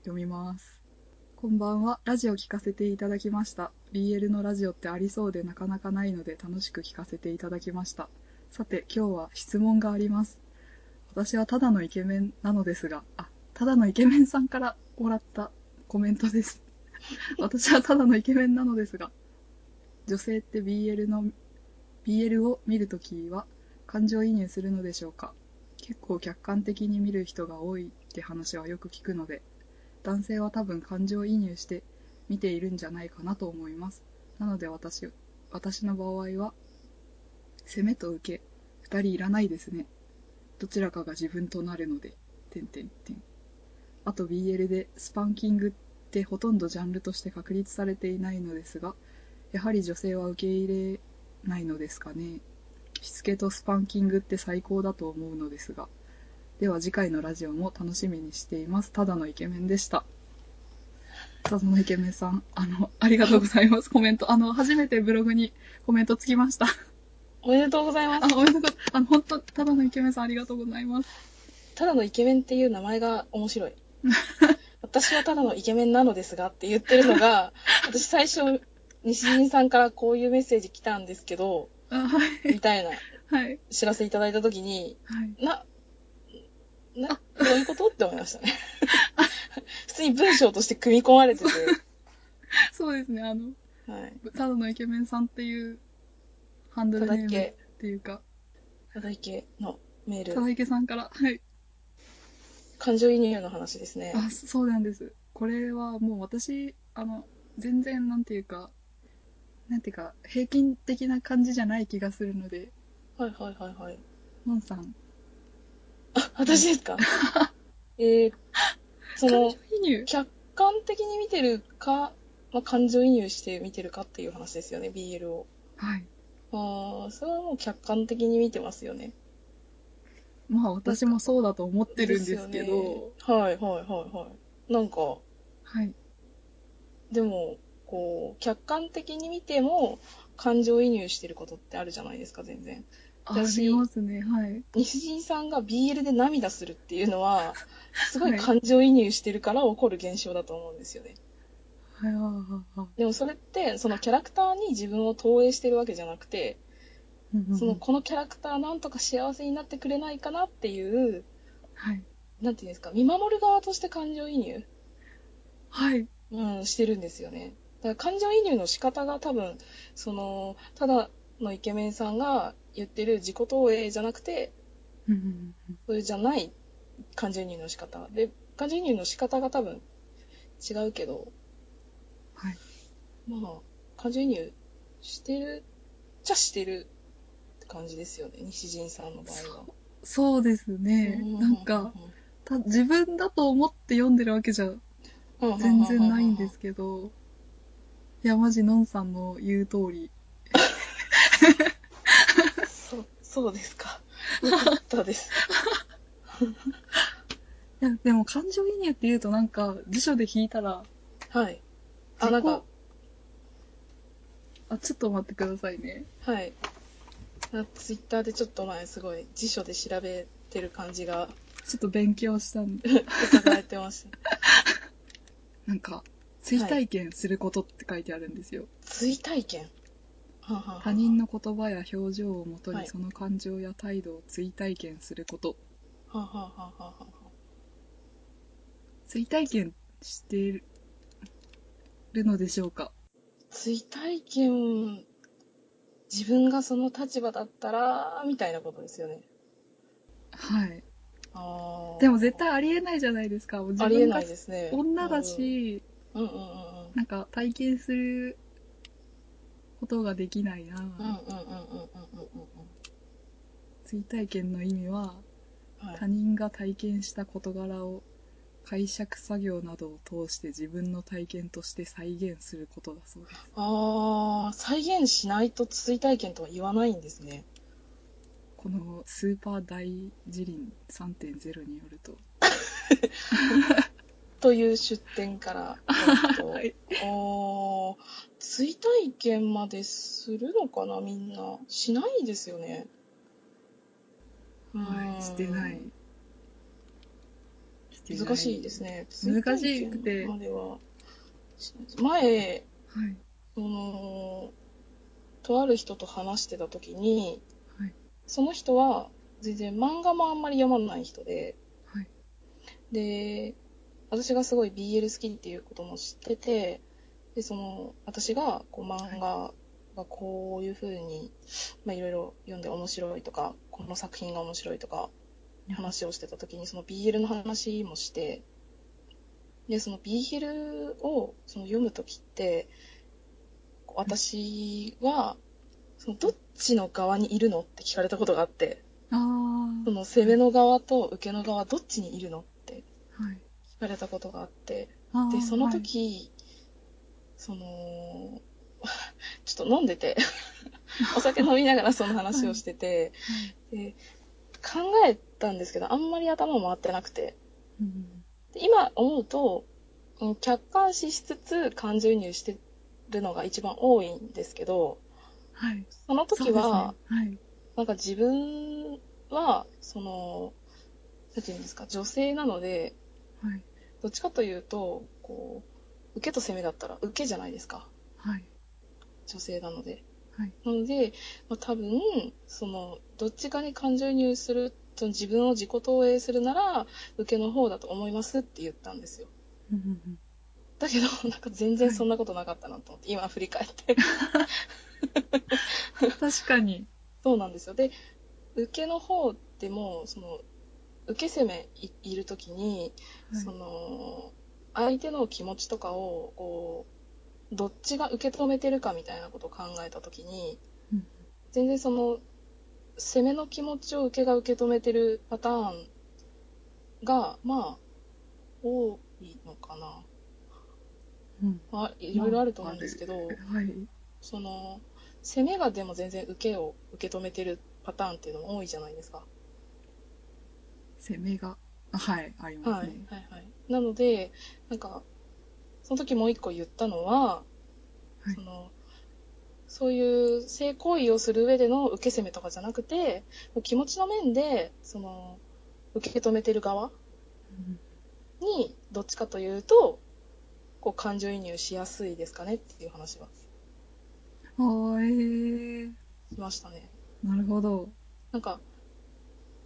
Speaker 1: 読みます。こんばんは。ラジオ聞かせていただきました。BL のラジオってありそうでなかなかないので楽しく聞かせていただきました。さて、今日は質問があります。私はただのイケメンなのですが、あ、ただのイケメンさんからもらったコメントです。 私はただのイケメンなのですが、女性って BL の、BL を見るときは感情移入するのでしょうか結構客観的に見る人が多いって話はよく聞くので、男性は多分感情移入して見ているんじゃないかなと思います。なので私、私の場合は、攻めと受け、二人いらないですね。どちらかが自分となるので、てんてんてん。あと BL でスパンキングってほとんどジャンルとして確立されていないのですが、やはり女性は受け入れないのですかね。しつけとスパンキングって最高だと思うのですが。では次回のラジオも楽しみにしています。ただのイケメンでした。ただのイケメンさん、あの、ありがとうございます。コメント。あの、初めてブログにコメントつきました。
Speaker 2: おめでとうございま
Speaker 1: あ
Speaker 2: す、
Speaker 1: おめでとうございます。あの、本当ただのイケメンさんありがとうございます。
Speaker 2: ただのイケメンっていう名前が面 白い私はただのイケメンなのですがって言ってるのが私最初西陣さんからこういうメッセージ来たんですけど
Speaker 1: あはい。
Speaker 2: みたいな
Speaker 1: はい。
Speaker 2: 知らせいただいた時に
Speaker 1: はい。
Speaker 2: ななどういうことって思いまし たね普通に文章として組み込まれてて、
Speaker 1: そうですね、あの、
Speaker 2: はい、
Speaker 1: ただのイケメンさんっていうハンドルネームっていうか、
Speaker 2: ただいけのメ
Speaker 1: た
Speaker 2: ール
Speaker 1: だいけさんから、はい。
Speaker 2: 感情移入の話ですね
Speaker 1: あ、そうなんです。これはもう私、あの、全然なんていうか、なんていうか、平均的な感じじゃない気がするので、
Speaker 2: はいはいはいはい
Speaker 1: モンさん、
Speaker 2: あ私です かえー、そ
Speaker 1: 感
Speaker 2: の
Speaker 1: 情移入
Speaker 2: 客観的に見てるか、まあ、感情移入して見てるかっていう話ですよね BL を
Speaker 1: はい。
Speaker 2: あーそれはもう客観的に見てますよね
Speaker 1: まあ私もそうだと思ってるんですけ
Speaker 2: よ
Speaker 1: ど、
Speaker 2: ね、はいはいはいはいなんか
Speaker 1: はい。
Speaker 2: でもこう客観的に見ても感情移入してることってあるじゃないですか全然
Speaker 1: ありますねはい
Speaker 2: 西井さんが BL で涙するっていうの はすごい感情移入してるから起こる現象だと思うんですよね、
Speaker 1: はいはいはいはい
Speaker 2: でもそれってそのキャラクターに自分を投影してるわけじゃなくて
Speaker 1: うんうん
Speaker 2: そのこのキャラクターなんとか幸せになってくれないかなっていう
Speaker 1: はい
Speaker 2: なんていうんですか見守る側として感情移入、
Speaker 1: はい
Speaker 2: うん、してるんですよねだから感情移入の仕方が多分そのただのイケメンさんが言ってる自己投影じゃなくて
Speaker 1: うんうんうん
Speaker 2: それじゃない感情移入の仕方で感情移入の仕方が多分違うけど
Speaker 1: はい
Speaker 2: まあ感情移入してるっちゃしてるって感じですよね西陣さんの場合は。
Speaker 1: そうですねなんかた自分だと思って読んでるわけじゃ全然ないんですけどいやマジのんさんの言う通り
Speaker 2: そう、そうで すか。よかったです。
Speaker 1: いやでも感情移入って言うとなんか辞書で引いたら
Speaker 2: はい。あ、なんか、
Speaker 1: あちょっと待ってくださいね
Speaker 2: はい。ツイッターでちょっと前すごい辞書で調べてる感じが
Speaker 1: ちょっと勉強したんで
Speaker 2: 伺えてます。
Speaker 1: なんか追体験することって書いてあるんですよ、
Speaker 2: 追体験はんはんはん
Speaker 1: 他人の言葉や表情をもと
Speaker 2: は
Speaker 1: に
Speaker 2: い
Speaker 1: その感情や態度を追体験すること、
Speaker 2: はんはんはんはんはんはん
Speaker 1: 追体験しているるのでしょうか
Speaker 2: 追体験、自分がその立場だったら、みたいなことですよね。
Speaker 1: はい
Speaker 2: あー
Speaker 1: でも絶対ありえないじゃないですか自
Speaker 2: ありえ
Speaker 1: 分
Speaker 2: な
Speaker 1: が
Speaker 2: いですね。
Speaker 1: 女だ、し、
Speaker 2: うんうんうんうん。
Speaker 1: なんか体験することができないな、
Speaker 2: うんうんうんうんうんうん
Speaker 1: 追体験の意味は
Speaker 2: うん。はい
Speaker 1: 他人が体験した事柄を解釈作業などを通して自分の体験として再現することだそうです
Speaker 2: ああ、再現しないと追体験とは言わないんですね。
Speaker 1: このスーパー大辞林3.0によると
Speaker 2: という出典 から。
Speaker 1: はい
Speaker 2: おー追体験までするのかな、みんな。しないですよね。
Speaker 1: は
Speaker 2: う
Speaker 1: い
Speaker 2: ん
Speaker 1: してないしてない
Speaker 2: 難しいですね。
Speaker 1: 難しくて
Speaker 2: 追体験まではしないです前、
Speaker 1: はい
Speaker 2: その、とある人と話してた時に、
Speaker 1: はい
Speaker 2: その人は全然漫画もあんまり読まない人で、
Speaker 1: はい
Speaker 2: で私がすごい BL 好きっていうことも知っててでその私がこう漫画がこういうふうにまあいろいろ読んで面白いとかこの作品が面白いとか話をしてた時にその BL の話もしてでその BL をその読む時ってこう私はそのどっちの側にいるのって聞かれたことがあって
Speaker 1: あ
Speaker 2: そ
Speaker 1: あ
Speaker 2: の攻めの側と受けの側どっちにいるのって
Speaker 1: はい
Speaker 2: 聞かれたことがあって
Speaker 1: あー
Speaker 2: でその
Speaker 1: はい
Speaker 2: 時、その ちょっと飲んでて お酒飲みながらその話をしてて、で考えたんですけどあんまり頭回ってなくて
Speaker 1: うん
Speaker 2: で今思うとうん客観視しつつ感情移入してるのが一番多いんですけど
Speaker 1: はい
Speaker 2: その時
Speaker 1: そ
Speaker 2: は
Speaker 1: うですねはい
Speaker 2: なんか自分はそのなんていうんですか女性なので
Speaker 1: はい
Speaker 2: どっちかというとこう受けと攻めだったら受けじゃないですか
Speaker 1: はい
Speaker 2: 女性なので。
Speaker 1: はい
Speaker 2: なので、まあ、多分そのどっちかに感情移入するその自分を自己投影するなら受けの方だと思いますって言ったんですよ。
Speaker 1: うんうんうん
Speaker 2: だけどなんか全然そんなことなかったなと思って、今振り返って
Speaker 1: 確かに
Speaker 2: そうなんですよ。で、受けの方でも、その、受け攻めいいるときに、
Speaker 1: はい
Speaker 2: その、相手の気持ちとかを、こう、どっちが受け止めてるかみたいなことを考えたときに、
Speaker 1: うん
Speaker 2: 全然その、攻めの気持ちを受けが受け止めてるパターンが、まあ、多いのかな。
Speaker 1: うん
Speaker 2: まあ、いろいろあると思うんですけど、
Speaker 1: はい
Speaker 2: その攻めがでも全然受けを受け止めてるパターンっていうのも多いじゃないですか。
Speaker 1: 攻めがあはいありま
Speaker 2: は
Speaker 1: す
Speaker 2: い
Speaker 1: ね、
Speaker 2: はいはい、なのでなんかその時もう一個言ったのは、
Speaker 1: はい
Speaker 2: そのそういう性行為をする上での受け責めとかじゃなくて気持ちの面でその受け止めてる側にどっちかというとこう感情移入しやすいですかねっていう話は
Speaker 1: ああ、えー、
Speaker 2: しましたね。
Speaker 1: なるほど。
Speaker 2: なんか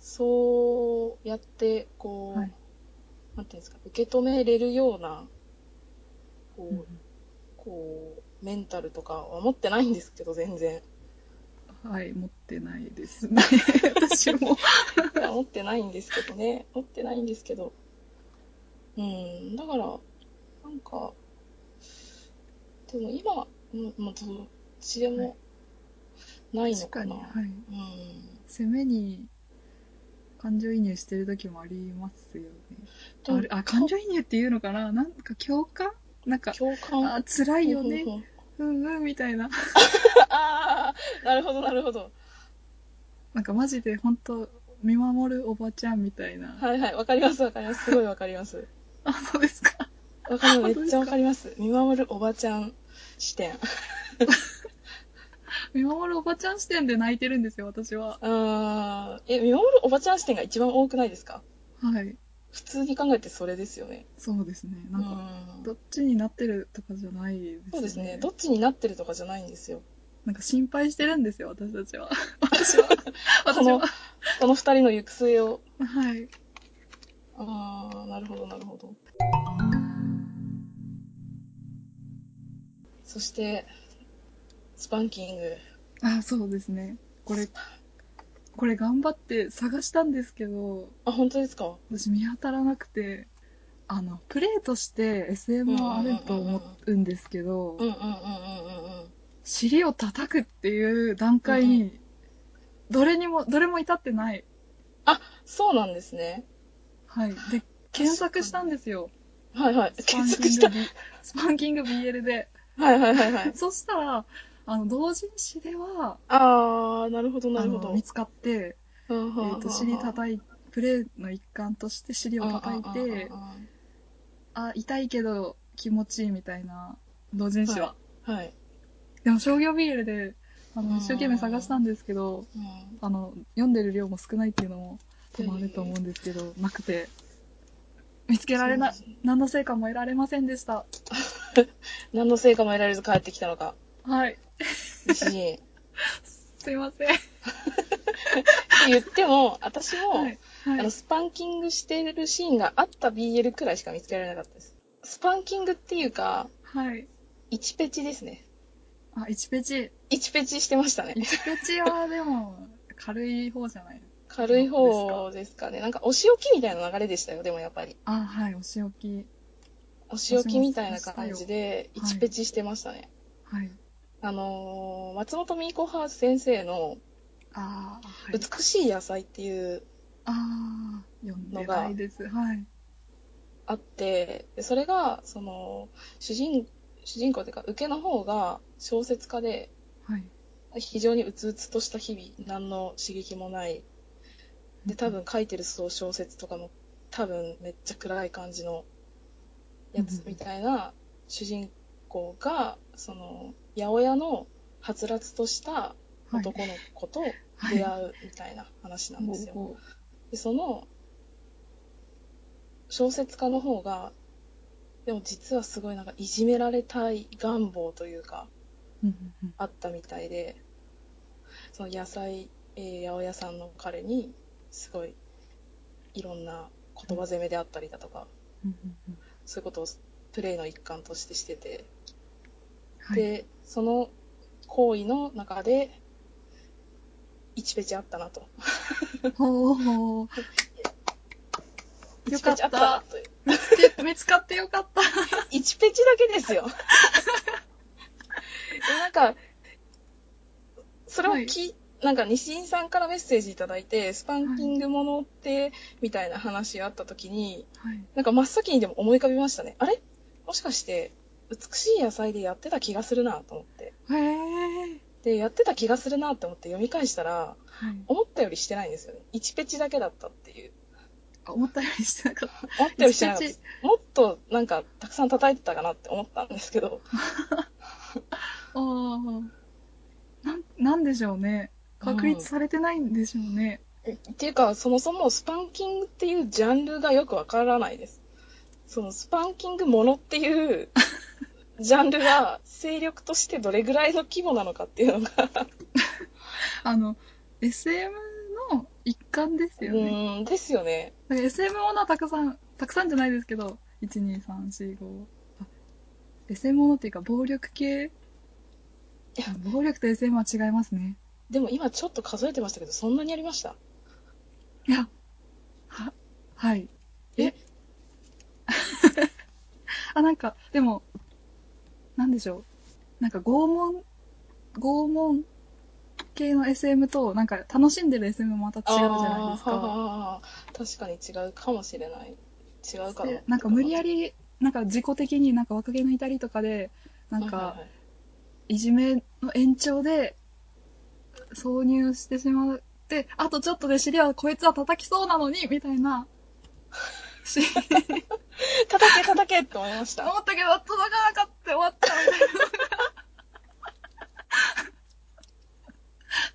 Speaker 2: そうやってこう、
Speaker 1: はい
Speaker 2: なんていうんですか受け止めれるようなこう,、
Speaker 1: うん
Speaker 2: こうメンタルとかは持ってないんですけど全然。
Speaker 1: はい、持ってないですね。私も。
Speaker 2: いや持ってないんですけどね持ってないんですけどうんだからなんかでも今うんまあどっちでもないの
Speaker 1: 確
Speaker 2: か
Speaker 1: か
Speaker 2: な、
Speaker 1: に、はい。
Speaker 2: うん
Speaker 1: 攻めに感情移入してる時もありますよね。
Speaker 2: でも
Speaker 1: あれあ、感情移入っていうのかななんか共感なんか、
Speaker 2: 共感
Speaker 1: あ、辛いよね
Speaker 2: うんう。んうん
Speaker 1: うんうん、みたいな。
Speaker 2: ああなるほどなるほど
Speaker 1: なんかマジで本当見守るおばちゃんみたいな。
Speaker 2: はいはいわかりますわかりますすごいわかります
Speaker 1: あ、そうですか。
Speaker 2: わかり
Speaker 1: 本当
Speaker 2: ますめ
Speaker 1: で
Speaker 2: っ
Speaker 1: す
Speaker 2: ち
Speaker 1: か
Speaker 2: ゃわかります見守るおばちゃん視点
Speaker 1: 見守るおばちゃん視点で泣いてるんですよ、私は。
Speaker 2: あーえ見守るおばちゃん視点が一番多くないですか
Speaker 1: はい。
Speaker 2: 普通に考えてそれですよね
Speaker 1: そうですね。なんか、
Speaker 2: うん
Speaker 1: どっちになってるとかじゃないですね。
Speaker 2: そうですね。どっちになってるとかじゃないんですよ。
Speaker 1: なんか心配してるんですよ、私たち は。私は。
Speaker 2: こ
Speaker 1: 私
Speaker 2: の
Speaker 1: は。、
Speaker 2: この二人の行く末を。
Speaker 1: はい。
Speaker 2: ああ、なるほど、なるほど。そして、スパンキング。
Speaker 1: あ、そうですね。これ、これ頑張って探したんですけど、
Speaker 2: あ、本当ですか
Speaker 1: 私見当たらなくて、あの、プレイとして SM はあると思うんですけど
Speaker 2: うん、うんうんうんうんうん。
Speaker 1: 尻を叩くっていう段階
Speaker 2: う
Speaker 1: に、どれにも、どれも至ってない。
Speaker 2: そうなんですね。
Speaker 1: はい。で、検索したんですよ。
Speaker 2: はいはい。
Speaker 1: スパンキング
Speaker 2: 検索した。
Speaker 1: B- スパンキング BL で。
Speaker 2: はいはいはいはい。
Speaker 1: そしたら、あの、同人誌では、
Speaker 2: ああ、なるほどな
Speaker 1: あ
Speaker 2: るほ
Speaker 1: の、
Speaker 2: ど。
Speaker 1: 見つかって、
Speaker 2: え
Speaker 1: えっと、尻叩いプレイの一環として尻を叩いて、あ、痛いけど気持ちいいみたいな、同人誌は。
Speaker 2: はい。
Speaker 1: でも、商業ビールで、あ
Speaker 2: うん
Speaker 1: の、一生懸命探したんですけど、
Speaker 2: うん
Speaker 1: あの、読んでる量も少ないっていうのも、多分あると思うんですけど、なくて、見つけられない
Speaker 2: そうですね、
Speaker 1: 何の成果も得られませんでした。
Speaker 2: 何の成果も得られず帰ってきたの か。
Speaker 1: はい。
Speaker 2: 嬉しい。
Speaker 1: すいません。
Speaker 2: って言っても、私も、
Speaker 1: はい。
Speaker 2: あ
Speaker 1: は
Speaker 2: の
Speaker 1: い。
Speaker 2: スパンキングしてるシーンがあった BL くらいしか見つけられなかったです。スパンキングっていうか、
Speaker 1: はい。
Speaker 2: 1ペチですね。
Speaker 1: あ、1ページ。
Speaker 2: 1ペチしてましたね。
Speaker 1: 1ページはでも、軽い方じゃない
Speaker 2: 軽い方ですかね。なんか、お仕置きみたいな流れでしたよ、でもやっぱり。
Speaker 1: あ、はい、お仕置き。
Speaker 2: お仕置きみたいな感じで、
Speaker 1: 私もしましたよ
Speaker 2: 1ペチしてましたね。
Speaker 1: はい。
Speaker 2: あのー松本美子ハー先生の、
Speaker 1: ああ、はい。
Speaker 2: 美しい野菜っていう、
Speaker 1: ああ、読んでないです。はい。
Speaker 2: あって、でそれが、その、主人、主人公っていうか、受けの方が小説家で、
Speaker 1: はい。
Speaker 2: 非常にうつうつとした日々何の刺激もないで多分書いてるそう小説とかも多分めっちゃ暗い感じのやつ
Speaker 1: うん
Speaker 2: みたいな主人公がその八百屋のはつらつとした
Speaker 1: はい、
Speaker 2: 男の子と
Speaker 1: はい
Speaker 2: 出会うみたいな話なんですよ。
Speaker 1: おうおう
Speaker 2: でその小説家の方がでも実はすごいなんかいじめられたい願望というか
Speaker 1: うんうんうん
Speaker 2: あったみたいでその野菜、えー八百屋さんの彼にすごいいろんな言葉攻めであったりだとか、
Speaker 1: うんうんうん
Speaker 2: そういうことをプレイの一環としてしてて、
Speaker 1: はい
Speaker 2: でその行為の中で1ペチあったなと
Speaker 1: ほうほう。よか
Speaker 2: 1ペ
Speaker 1: っ
Speaker 2: チ
Speaker 1: た
Speaker 2: あったなという
Speaker 1: 見つけ、見つかってよかった。
Speaker 2: 1ペチだけですよでなんかそれを聞、い、なんか西井さんからメッセージいただいてスパンキングものってみたいな話があった時に
Speaker 1: はい。
Speaker 2: なんか真っ先にでも思い浮かびましたねあれもしかして美しい野菜でやってた気がするなと思って
Speaker 1: へえ。
Speaker 2: でやってた気がするなと思って読み返したら
Speaker 1: はい。
Speaker 2: 思ったよりしてないんですよね1ペチだけだったっていう
Speaker 1: あ、思ったよりしてなかった。
Speaker 2: 思ったよりしてなかったですもっとなんかたくさん叩いてたかなって思ったんですけど
Speaker 1: ああ。なんなんでしょうね確立されてないんでしょうね、
Speaker 2: っていうか、そもそもスパンキングっていうジャンルがよくわからないです。そのスパンキングものって いうジャンルが勢力としてどれぐらいの規模なのかっていうのが、
Speaker 1: あの SM の一環です
Speaker 2: う
Speaker 1: よね、
Speaker 2: ーん、ですよね。
Speaker 1: だから SM ものはたくさんたくさんじゃないですけど12345 SM ものっていうか暴力系
Speaker 2: いや
Speaker 1: 暴力と SM は違いますね
Speaker 2: でも今ちょっと数えてましたけど、そんなにありました
Speaker 1: いや、は、はい。
Speaker 2: え
Speaker 1: あ、なんか、でも、なんでしょう。なんか拷問、拷問系の SM と、なんか楽しんでる SM もまた違うじゃないです
Speaker 2: あーはあ
Speaker 1: か。
Speaker 2: はあはあ確かに違うかもしれない。違うかな
Speaker 1: で。なんか無理やり、なんか自己的になんか若気の至りとかで、なん
Speaker 2: はい
Speaker 1: か
Speaker 2: はいはい
Speaker 1: いじめの延長で挿入してしまって、あとちょっとで尻はこいつは叩きそうなのに、みたい な。し
Speaker 2: 叩け叩けって思いました。
Speaker 1: 思ったけど、届かなかった終わったみたいな。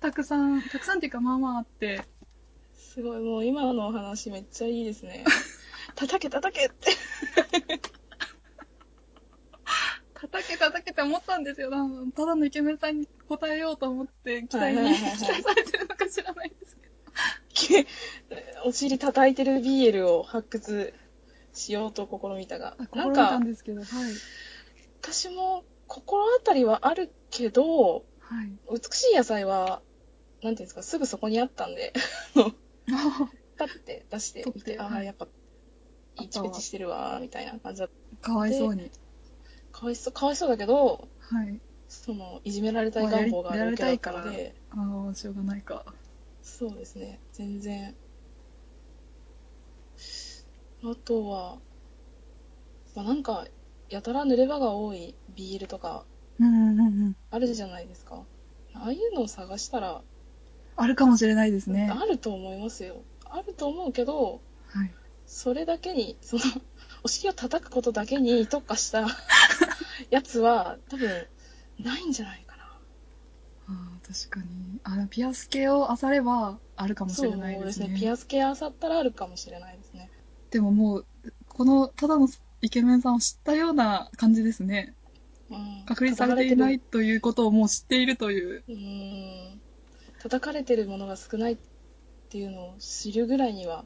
Speaker 1: たくさん、たくさんっていうか、まあまああって。
Speaker 2: すごい、もう今のお話めっちゃいいです ね。叩け叩けって。
Speaker 1: 叩け叩けって思ったんですよ。あのただのイケメンさんに答えようと思って、期
Speaker 2: は
Speaker 1: 待
Speaker 2: いはいはい
Speaker 1: に、
Speaker 2: はい
Speaker 1: 期待されてるのか知らないですけど。
Speaker 2: け お尻叩いてる BL を発掘しようと試みたが
Speaker 1: あ、
Speaker 2: なん
Speaker 1: 心得た
Speaker 2: か
Speaker 1: んですけど、はい。
Speaker 2: 私も心当たりはあるけど
Speaker 1: はい。
Speaker 2: 美しい野菜はなんていうんですかすぐそこにあったんで パッて出してみ
Speaker 1: 取って
Speaker 2: てあ
Speaker 1: は
Speaker 2: あ
Speaker 1: い
Speaker 2: やっぱ
Speaker 1: あ
Speaker 2: イチペチしてるわみたいな感じだっ
Speaker 1: かわいそうに。
Speaker 2: たかわいそうかわいそうだけど
Speaker 1: はい。
Speaker 2: そのいじめられたい願望があるわけだった
Speaker 1: まあやりや
Speaker 2: の
Speaker 1: りた
Speaker 2: で
Speaker 1: ああ、しょうがないか。
Speaker 2: そうですね全然あとは、まあ、なんかやたら濡れ場が多い BL とか
Speaker 1: うんうんうん。
Speaker 2: あるじゃないですかああいうのを探したら
Speaker 1: あるかもしれないですね。
Speaker 2: あると思いますよあると思うけど
Speaker 1: はい。
Speaker 2: それだけにそのお尻を叩くことだけに特化した やつは多分ないんじゃないかな
Speaker 1: ああ、確かに。あの、ピアス系を漁れば、あるかもし
Speaker 2: そう
Speaker 1: れないで
Speaker 2: ですす
Speaker 1: ね。
Speaker 2: ねピアス系あさったらあるかもしれないですね
Speaker 1: でももう、この、ただのイケメンさんを知ったような感じですね。
Speaker 2: うん
Speaker 1: 確立されていな
Speaker 2: 叩か
Speaker 1: いということをもう知っているという。
Speaker 2: うーん叩かれてるものが少ないっていうのを知るぐらいには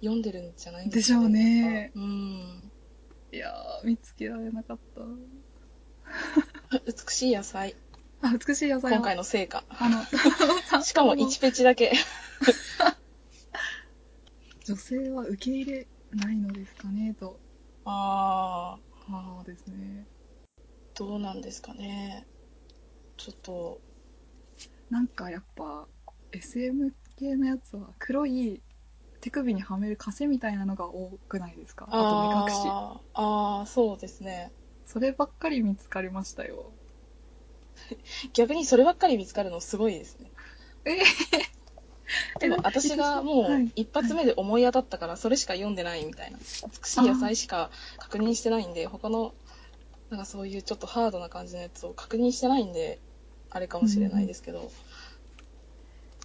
Speaker 2: 読んでるんじゃないか
Speaker 1: でしょうね
Speaker 2: うん
Speaker 1: いやー、見つけられなかった。
Speaker 2: 美しい野菜
Speaker 1: あ、美しい野菜を
Speaker 2: 今回の成果
Speaker 1: あの、
Speaker 2: しかも1ペチだけ
Speaker 1: 女性は受け入れないのですかね、と。
Speaker 2: ああ
Speaker 1: ああですね。
Speaker 2: どうなんですかねちょっと
Speaker 1: なんかやっぱ、SM 系のやつは黒い手首にはめる枷みたいなのが多くないですかあと目隠し。
Speaker 2: あーあーそうですね
Speaker 1: そればっかり見つかりましたよ。
Speaker 2: 逆にそればっかり見つかるのすごいですね
Speaker 1: え
Speaker 2: でも私がも
Speaker 1: は
Speaker 2: う
Speaker 1: い
Speaker 2: 一発目で思い当たったからそれしか読んでないみたいな美しい野菜しか確認してないんで他のなんかそういうちょっとハードな感じのやつを確認してないんであれかもしれないですけど、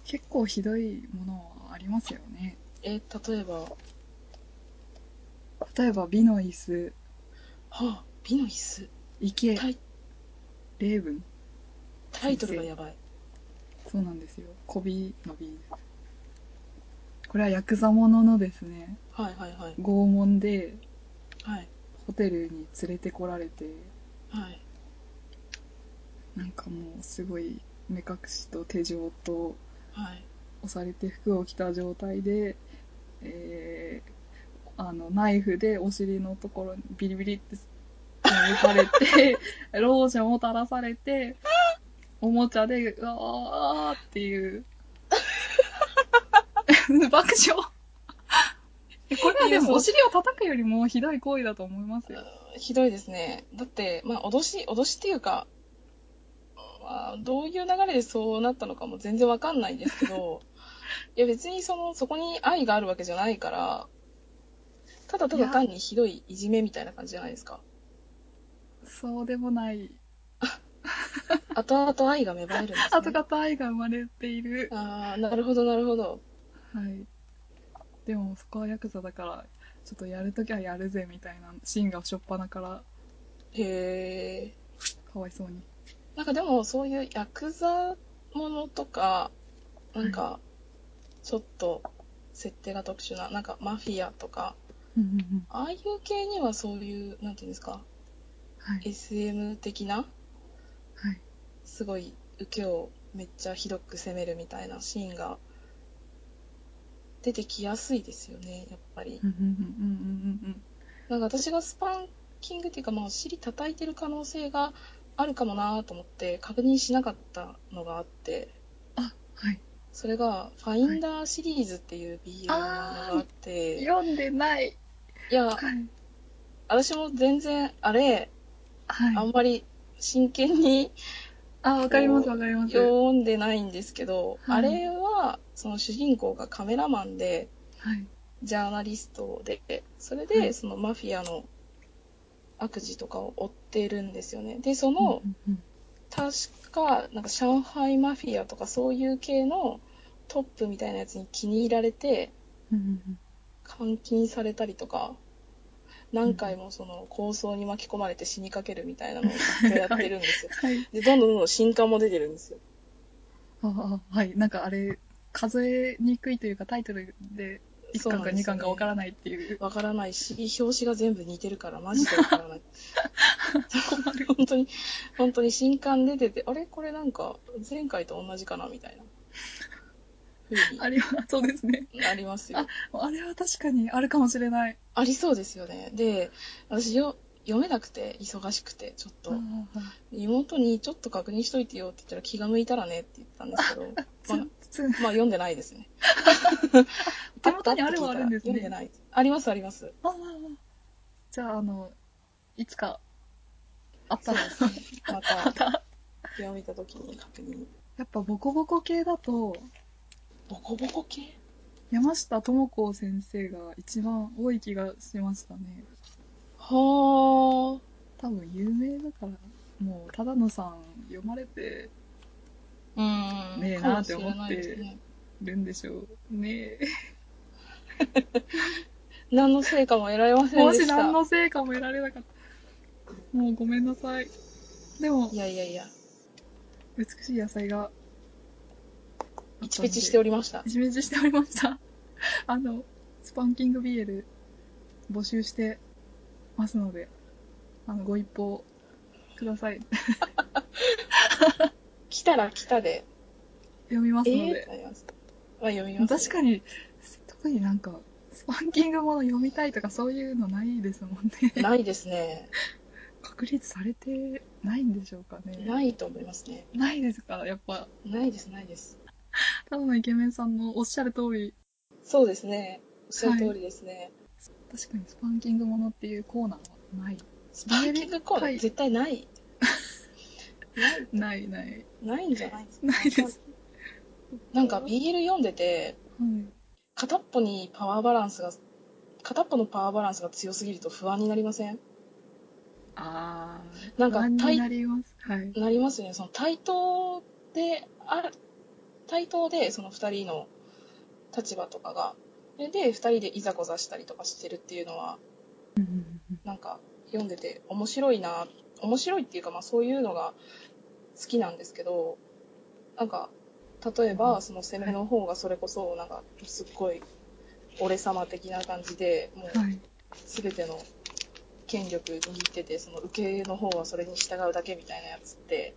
Speaker 1: 結構ひどいものはありますよね
Speaker 2: え例えば、は
Speaker 1: 例えば美の椅子
Speaker 2: あ、美の椅
Speaker 1: 池
Speaker 2: 子タイ
Speaker 1: 霊文
Speaker 2: タイトルがやばい
Speaker 1: そうなんですよ小美の美これはヤクザもののですね
Speaker 2: はいはいはい
Speaker 1: 拷問で
Speaker 2: はい
Speaker 1: ホテルに連れてこられて
Speaker 2: はい
Speaker 1: なんかもうすごい目隠しと手錠と
Speaker 2: はい
Speaker 1: 押されて服を着た状態で、えーあのナイフでお尻のところにビリビリって抜かれて ローションを垂らされておもちゃでうわーっていう 爆笑えこれはでもお尻を叩くよりもひどい行為だと思いますよ
Speaker 2: ひどいですねだってまあ脅し脅しっていうか、まあ、どういう流れでそうなったのかも全然わかんないんで すけどいや別にそのそこに愛があるわけじゃないからただた
Speaker 1: いや
Speaker 2: だ単にひどいいじめみたいな感じじゃないですか
Speaker 1: そうでもない
Speaker 2: 後々愛が芽生えるんです、ね、
Speaker 1: 後々愛が生まれている。
Speaker 2: ああ、なるほど、なるほど。
Speaker 1: はい。でもそこはヤクザだから、ちょっとやるときはやるぜみたいなシーンが初っ端から
Speaker 2: へえ。
Speaker 1: かわいそうに。
Speaker 2: なんかでも、そういうヤクザものとか、なんか、ちょっと、設定が特殊な、なんかマフィアとか、
Speaker 1: うんうんうん。
Speaker 2: ああいう系にはそういう、なんていうんですか、
Speaker 1: はい。
Speaker 2: SM 的な、
Speaker 1: はい。
Speaker 2: すごい受けをめっちゃひどく攻めるみたいなシーンが出てきやすいですよねやっぱり
Speaker 1: うんうんうんうん
Speaker 2: なんか私がスパンキングっていうかまあお尻叩いてる可能性があるかもなと思って確認しなかったのがあって
Speaker 1: うんうん。あ、はい。
Speaker 2: それが「ファインダー」シリーズっていう BL の漫画があって、い、
Speaker 1: 読んでない。
Speaker 2: や
Speaker 1: はい。
Speaker 2: 私も全然あれあ
Speaker 1: はい
Speaker 2: ん。まり真剣に
Speaker 1: あ、わかりますわかります。は
Speaker 2: 読んでないんですけど、
Speaker 1: はい
Speaker 2: あれはその主人公がカメラマンで
Speaker 1: い。
Speaker 2: ジャーナリストで、それ
Speaker 1: は
Speaker 2: で
Speaker 1: い
Speaker 2: そのマフィアの悪事とかを追ってるんですよね。で、その、
Speaker 1: うんうん
Speaker 2: 確か、なんか上海マフィアとかそういう系のトップみたいなやつに気に入られて、
Speaker 1: うんうんうん
Speaker 2: 監禁されたりとか、何回もその抗争に巻き込まれて死にかけるみたいなのをずっとやってるん ですよ。
Speaker 1: はい。
Speaker 2: で、どんどんどんどん新刊も出てるんですよ。
Speaker 1: ああ、はい。なんかあれ、数えにくいというかタイトルで1巻か2巻かわからないっていう。
Speaker 2: わからないし、表紙が全部似てるから、マジでわか らない。本当に、本当に新刊出てて、あれこれなんか、前回と同じかなみたいな。ふうに
Speaker 1: あれは、そうですね。
Speaker 2: なりますよ。あ
Speaker 1: あれは確かにあるかもしれない。
Speaker 2: りそうですよね。で、私よ、読めなくて、忙しくて、ちょっと。
Speaker 1: ああ
Speaker 2: 妹に、ちょっと確認しといてよって言ったら、気が向いたらねって言ったんですけど、 まあ、ま
Speaker 1: 全然
Speaker 2: あ、読んでないですね。
Speaker 1: 手元にあるはあるんですね
Speaker 2: 読んでない。あります、あります。
Speaker 1: ああじゃあ、あの、いつか、あったら、
Speaker 2: また、読めた時に確認。
Speaker 1: やっぱボコボコ系だと、
Speaker 2: ボコボコ系
Speaker 1: 山下智子先生が一番多い気がしましたね。多
Speaker 2: は
Speaker 1: 分有名だから、もう、ただのさん読まれて
Speaker 2: あ。うん。
Speaker 1: ねえなって思って
Speaker 2: かもしれないですね
Speaker 1: るんでしょう ね。
Speaker 2: 何の成果も得られません
Speaker 1: も
Speaker 2: で
Speaker 1: し
Speaker 2: した。
Speaker 1: 何の成果も得られなかった。もうごめんなさい。でも
Speaker 2: い、やいやいや、
Speaker 1: 美しい野菜が、
Speaker 2: ピチピチしてお
Speaker 1: り
Speaker 2: りました
Speaker 1: ピ。チピチしておりました。 あの、スパンキング BL 募集してますので、あの、ご一報ください。
Speaker 2: 来たら来たで、
Speaker 1: 読みます
Speaker 2: え
Speaker 1: の
Speaker 2: ーって
Speaker 1: で。
Speaker 2: なります。は読みます、
Speaker 1: 確かに、特になんか、スパンキングもの読みたいとかそういうのないですもんね。
Speaker 2: ないですね。
Speaker 1: 確立されてないんでしょうかね。。
Speaker 2: ないいと思いますね。
Speaker 1: ないですかやっぱ。
Speaker 2: ないです、ないです。
Speaker 1: ただのイケメンさんのおっしゃる通り、
Speaker 2: そうですね。おっしゃる通りですね。
Speaker 1: 確かにスパンキングものっていうコーナーはない。
Speaker 2: スパーキングコーナ
Speaker 1: は
Speaker 2: ー、
Speaker 1: い
Speaker 2: 絶対ない。ない、
Speaker 1: ないない。
Speaker 2: ないんじゃないですか。
Speaker 1: ないです。
Speaker 2: なんか BL 読んでて、
Speaker 1: はい。
Speaker 2: 片っぽにパワーバランスが、片っぽのパワーバランスが強すぎると不安になりません
Speaker 1: あー。
Speaker 2: なんか
Speaker 1: 不安
Speaker 2: タイ
Speaker 1: になります。はい。
Speaker 2: なりますよね。その対等で、あ対等でその2人の立場とかが、それで2人でいざこざしたりとかしてるっていうのは、なんか読んでて面白いな、面白いっていうか、まあそういうのが好きなんですけど、なんか、例え
Speaker 1: う
Speaker 2: ば
Speaker 1: ん
Speaker 2: その攻めの方がそれこそ、なんかすっごい俺様的な感じで、もう
Speaker 1: はい。
Speaker 2: 全ての権力握っててその受けの方はそれに従うだけみたいなやつって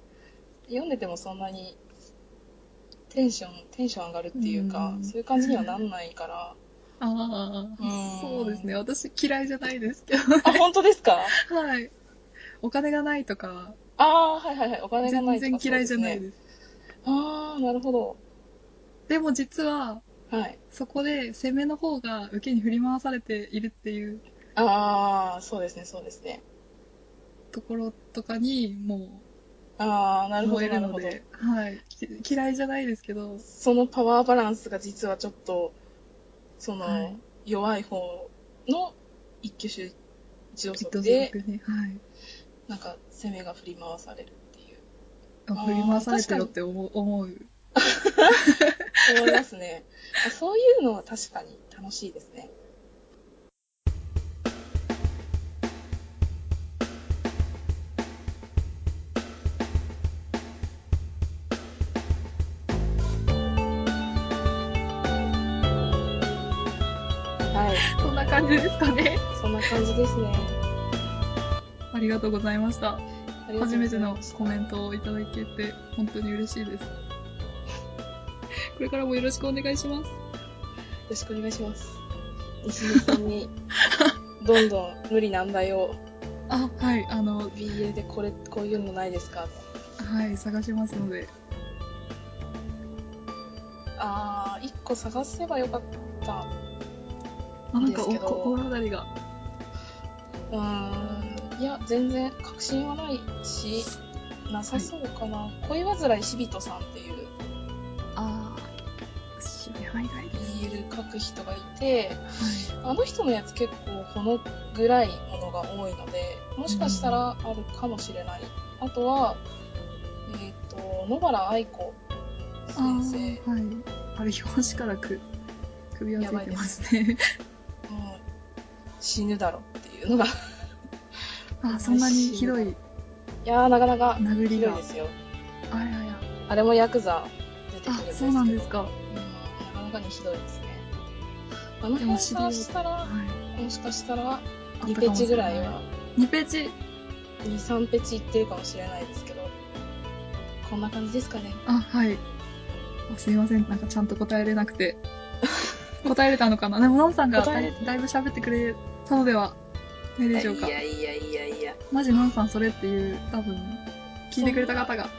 Speaker 2: 読んでてもそんなにテンションテンション上がるっていうか
Speaker 1: うん
Speaker 2: そういう感じにはなんないから
Speaker 1: あ
Speaker 2: うん
Speaker 1: あ、そうですね。私嫌いじゃないですけど。
Speaker 2: あ本当ですか
Speaker 1: はい。お金がないとか、
Speaker 2: ああーはいはいはいお金がない
Speaker 1: 全
Speaker 2: とか
Speaker 1: 然嫌いじゃない
Speaker 2: そうですね
Speaker 1: です。
Speaker 2: ああなるほど
Speaker 1: でも実は、
Speaker 2: はい
Speaker 1: そこで攻めの方が受けに振り回されているっていう
Speaker 2: ああそうですねそうですね
Speaker 1: ところとかに、も
Speaker 2: ああな
Speaker 1: う、
Speaker 2: るほ
Speaker 1: 燃
Speaker 2: ど
Speaker 1: え
Speaker 2: な
Speaker 1: る
Speaker 2: る
Speaker 1: の
Speaker 2: ほど
Speaker 1: で、はい。き嫌いじゃないですけど、
Speaker 2: そのパワーバランスが実はちょっとその、
Speaker 1: はい
Speaker 2: 弱い方の一挙手一投
Speaker 1: きっ
Speaker 2: 足
Speaker 1: と
Speaker 2: で
Speaker 1: ね。はい。
Speaker 2: なんか攻めが振り回されるっていう
Speaker 1: あ振り回されてよって思う思う
Speaker 2: 思いますね そういうのは確かに楽しいですねはい
Speaker 1: そんな感じですかね
Speaker 2: そんな感じですね
Speaker 1: ありがとうございました
Speaker 2: ありがと
Speaker 1: 初
Speaker 2: うご
Speaker 1: め
Speaker 2: ざ
Speaker 1: て
Speaker 2: い
Speaker 1: の
Speaker 2: ました
Speaker 1: コメントをいただけて本当に嬉しいです これからもよろしくお願いします
Speaker 2: よろしくお願いします。西見さんに、どんどん無理難題を、
Speaker 1: あはいあの
Speaker 2: BA でこれ、こういうのないですか
Speaker 1: はい探しますので
Speaker 2: あー、一個探せばよかった。
Speaker 1: あなんか
Speaker 2: ですけ
Speaker 1: お
Speaker 2: ど
Speaker 1: こ心当たりが
Speaker 2: うーん、いや、全然確信はないし、なさそうかな。恋煩いしびとさんっていう
Speaker 1: ああしはいはいです
Speaker 2: BL 書く人がいて、
Speaker 1: は
Speaker 2: あの人のやつ結構このぐらいものが多いので、もしかしたらあるかもしれない。あとは、えっ、と、野原愛子
Speaker 1: い
Speaker 2: 先生。
Speaker 1: あーはいあれ表紙からく首をついてますね
Speaker 2: もう死ぬだろっていうのがい
Speaker 1: あそんなにひどい
Speaker 2: やーなかなか
Speaker 1: 殴
Speaker 2: ひ
Speaker 1: り
Speaker 2: どい
Speaker 1: が
Speaker 2: ですよ
Speaker 1: あらや
Speaker 2: あれもヤクザ出てくるん
Speaker 1: あ
Speaker 2: ですけ
Speaker 1: そ
Speaker 2: ど
Speaker 1: うなんですか
Speaker 2: うんなかなかにひどいですねあの辺探したら
Speaker 1: はい
Speaker 2: もしかしたら
Speaker 1: あった
Speaker 2: 2
Speaker 1: か
Speaker 2: ペ
Speaker 1: も
Speaker 2: チ
Speaker 1: し
Speaker 2: ぐ
Speaker 1: れな
Speaker 2: らいは
Speaker 1: 2ページ
Speaker 2: 23ペチいってるかもしれないですけどこんな感じですかね
Speaker 1: あはいあすいませんなんかちゃんと答えれなく て答えれたのかなでものんさんがだ
Speaker 2: 答え
Speaker 1: いだいぶ喋ってくれたのではないでしょうか
Speaker 2: いやいやいやいや
Speaker 1: マジのんさんそれっていう多分聞いてくれた方が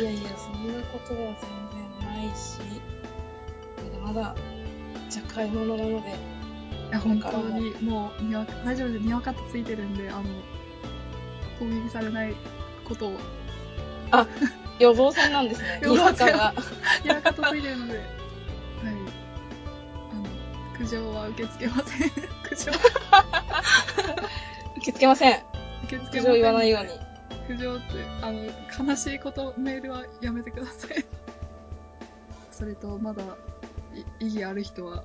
Speaker 2: いやいやそんなことは全然ないしまだまだじゃがいものなので
Speaker 1: いや本当にもうにわか大丈夫ですにわかってついてるんであの攻撃されないことを
Speaker 2: 予防線なんですね
Speaker 1: 予防線
Speaker 2: にわかが
Speaker 1: にわかとついてるの ではいあの苦情は受け付けません苦情は
Speaker 2: 受け付けません
Speaker 1: 受け付けませ
Speaker 2: 苦
Speaker 1: ん
Speaker 2: 情言わないように
Speaker 1: 苦情ってあの悲しいことメールはやめてください それとまだい意義ある人は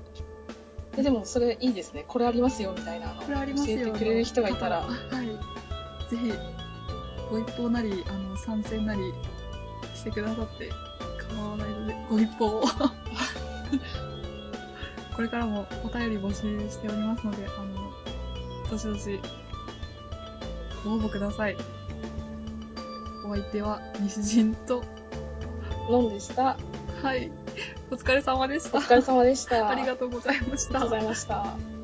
Speaker 2: えでもそれいいですねこれありますよみたいなの
Speaker 1: これありますよ
Speaker 2: 教えてくれる人がいたら
Speaker 1: あはいぜひご一報なりあの参戦なりしてくださって構わないのでご一報 をこれからもお便り募集しておりますのであのどしどしご応募くださいお相手は西陣と
Speaker 2: 飲んでした
Speaker 1: はいお疲れ様でし
Speaker 2: お
Speaker 1: た
Speaker 2: 疲れ様でした
Speaker 1: あり
Speaker 2: あ
Speaker 1: がとうございまし
Speaker 2: り
Speaker 1: た
Speaker 2: がとうございました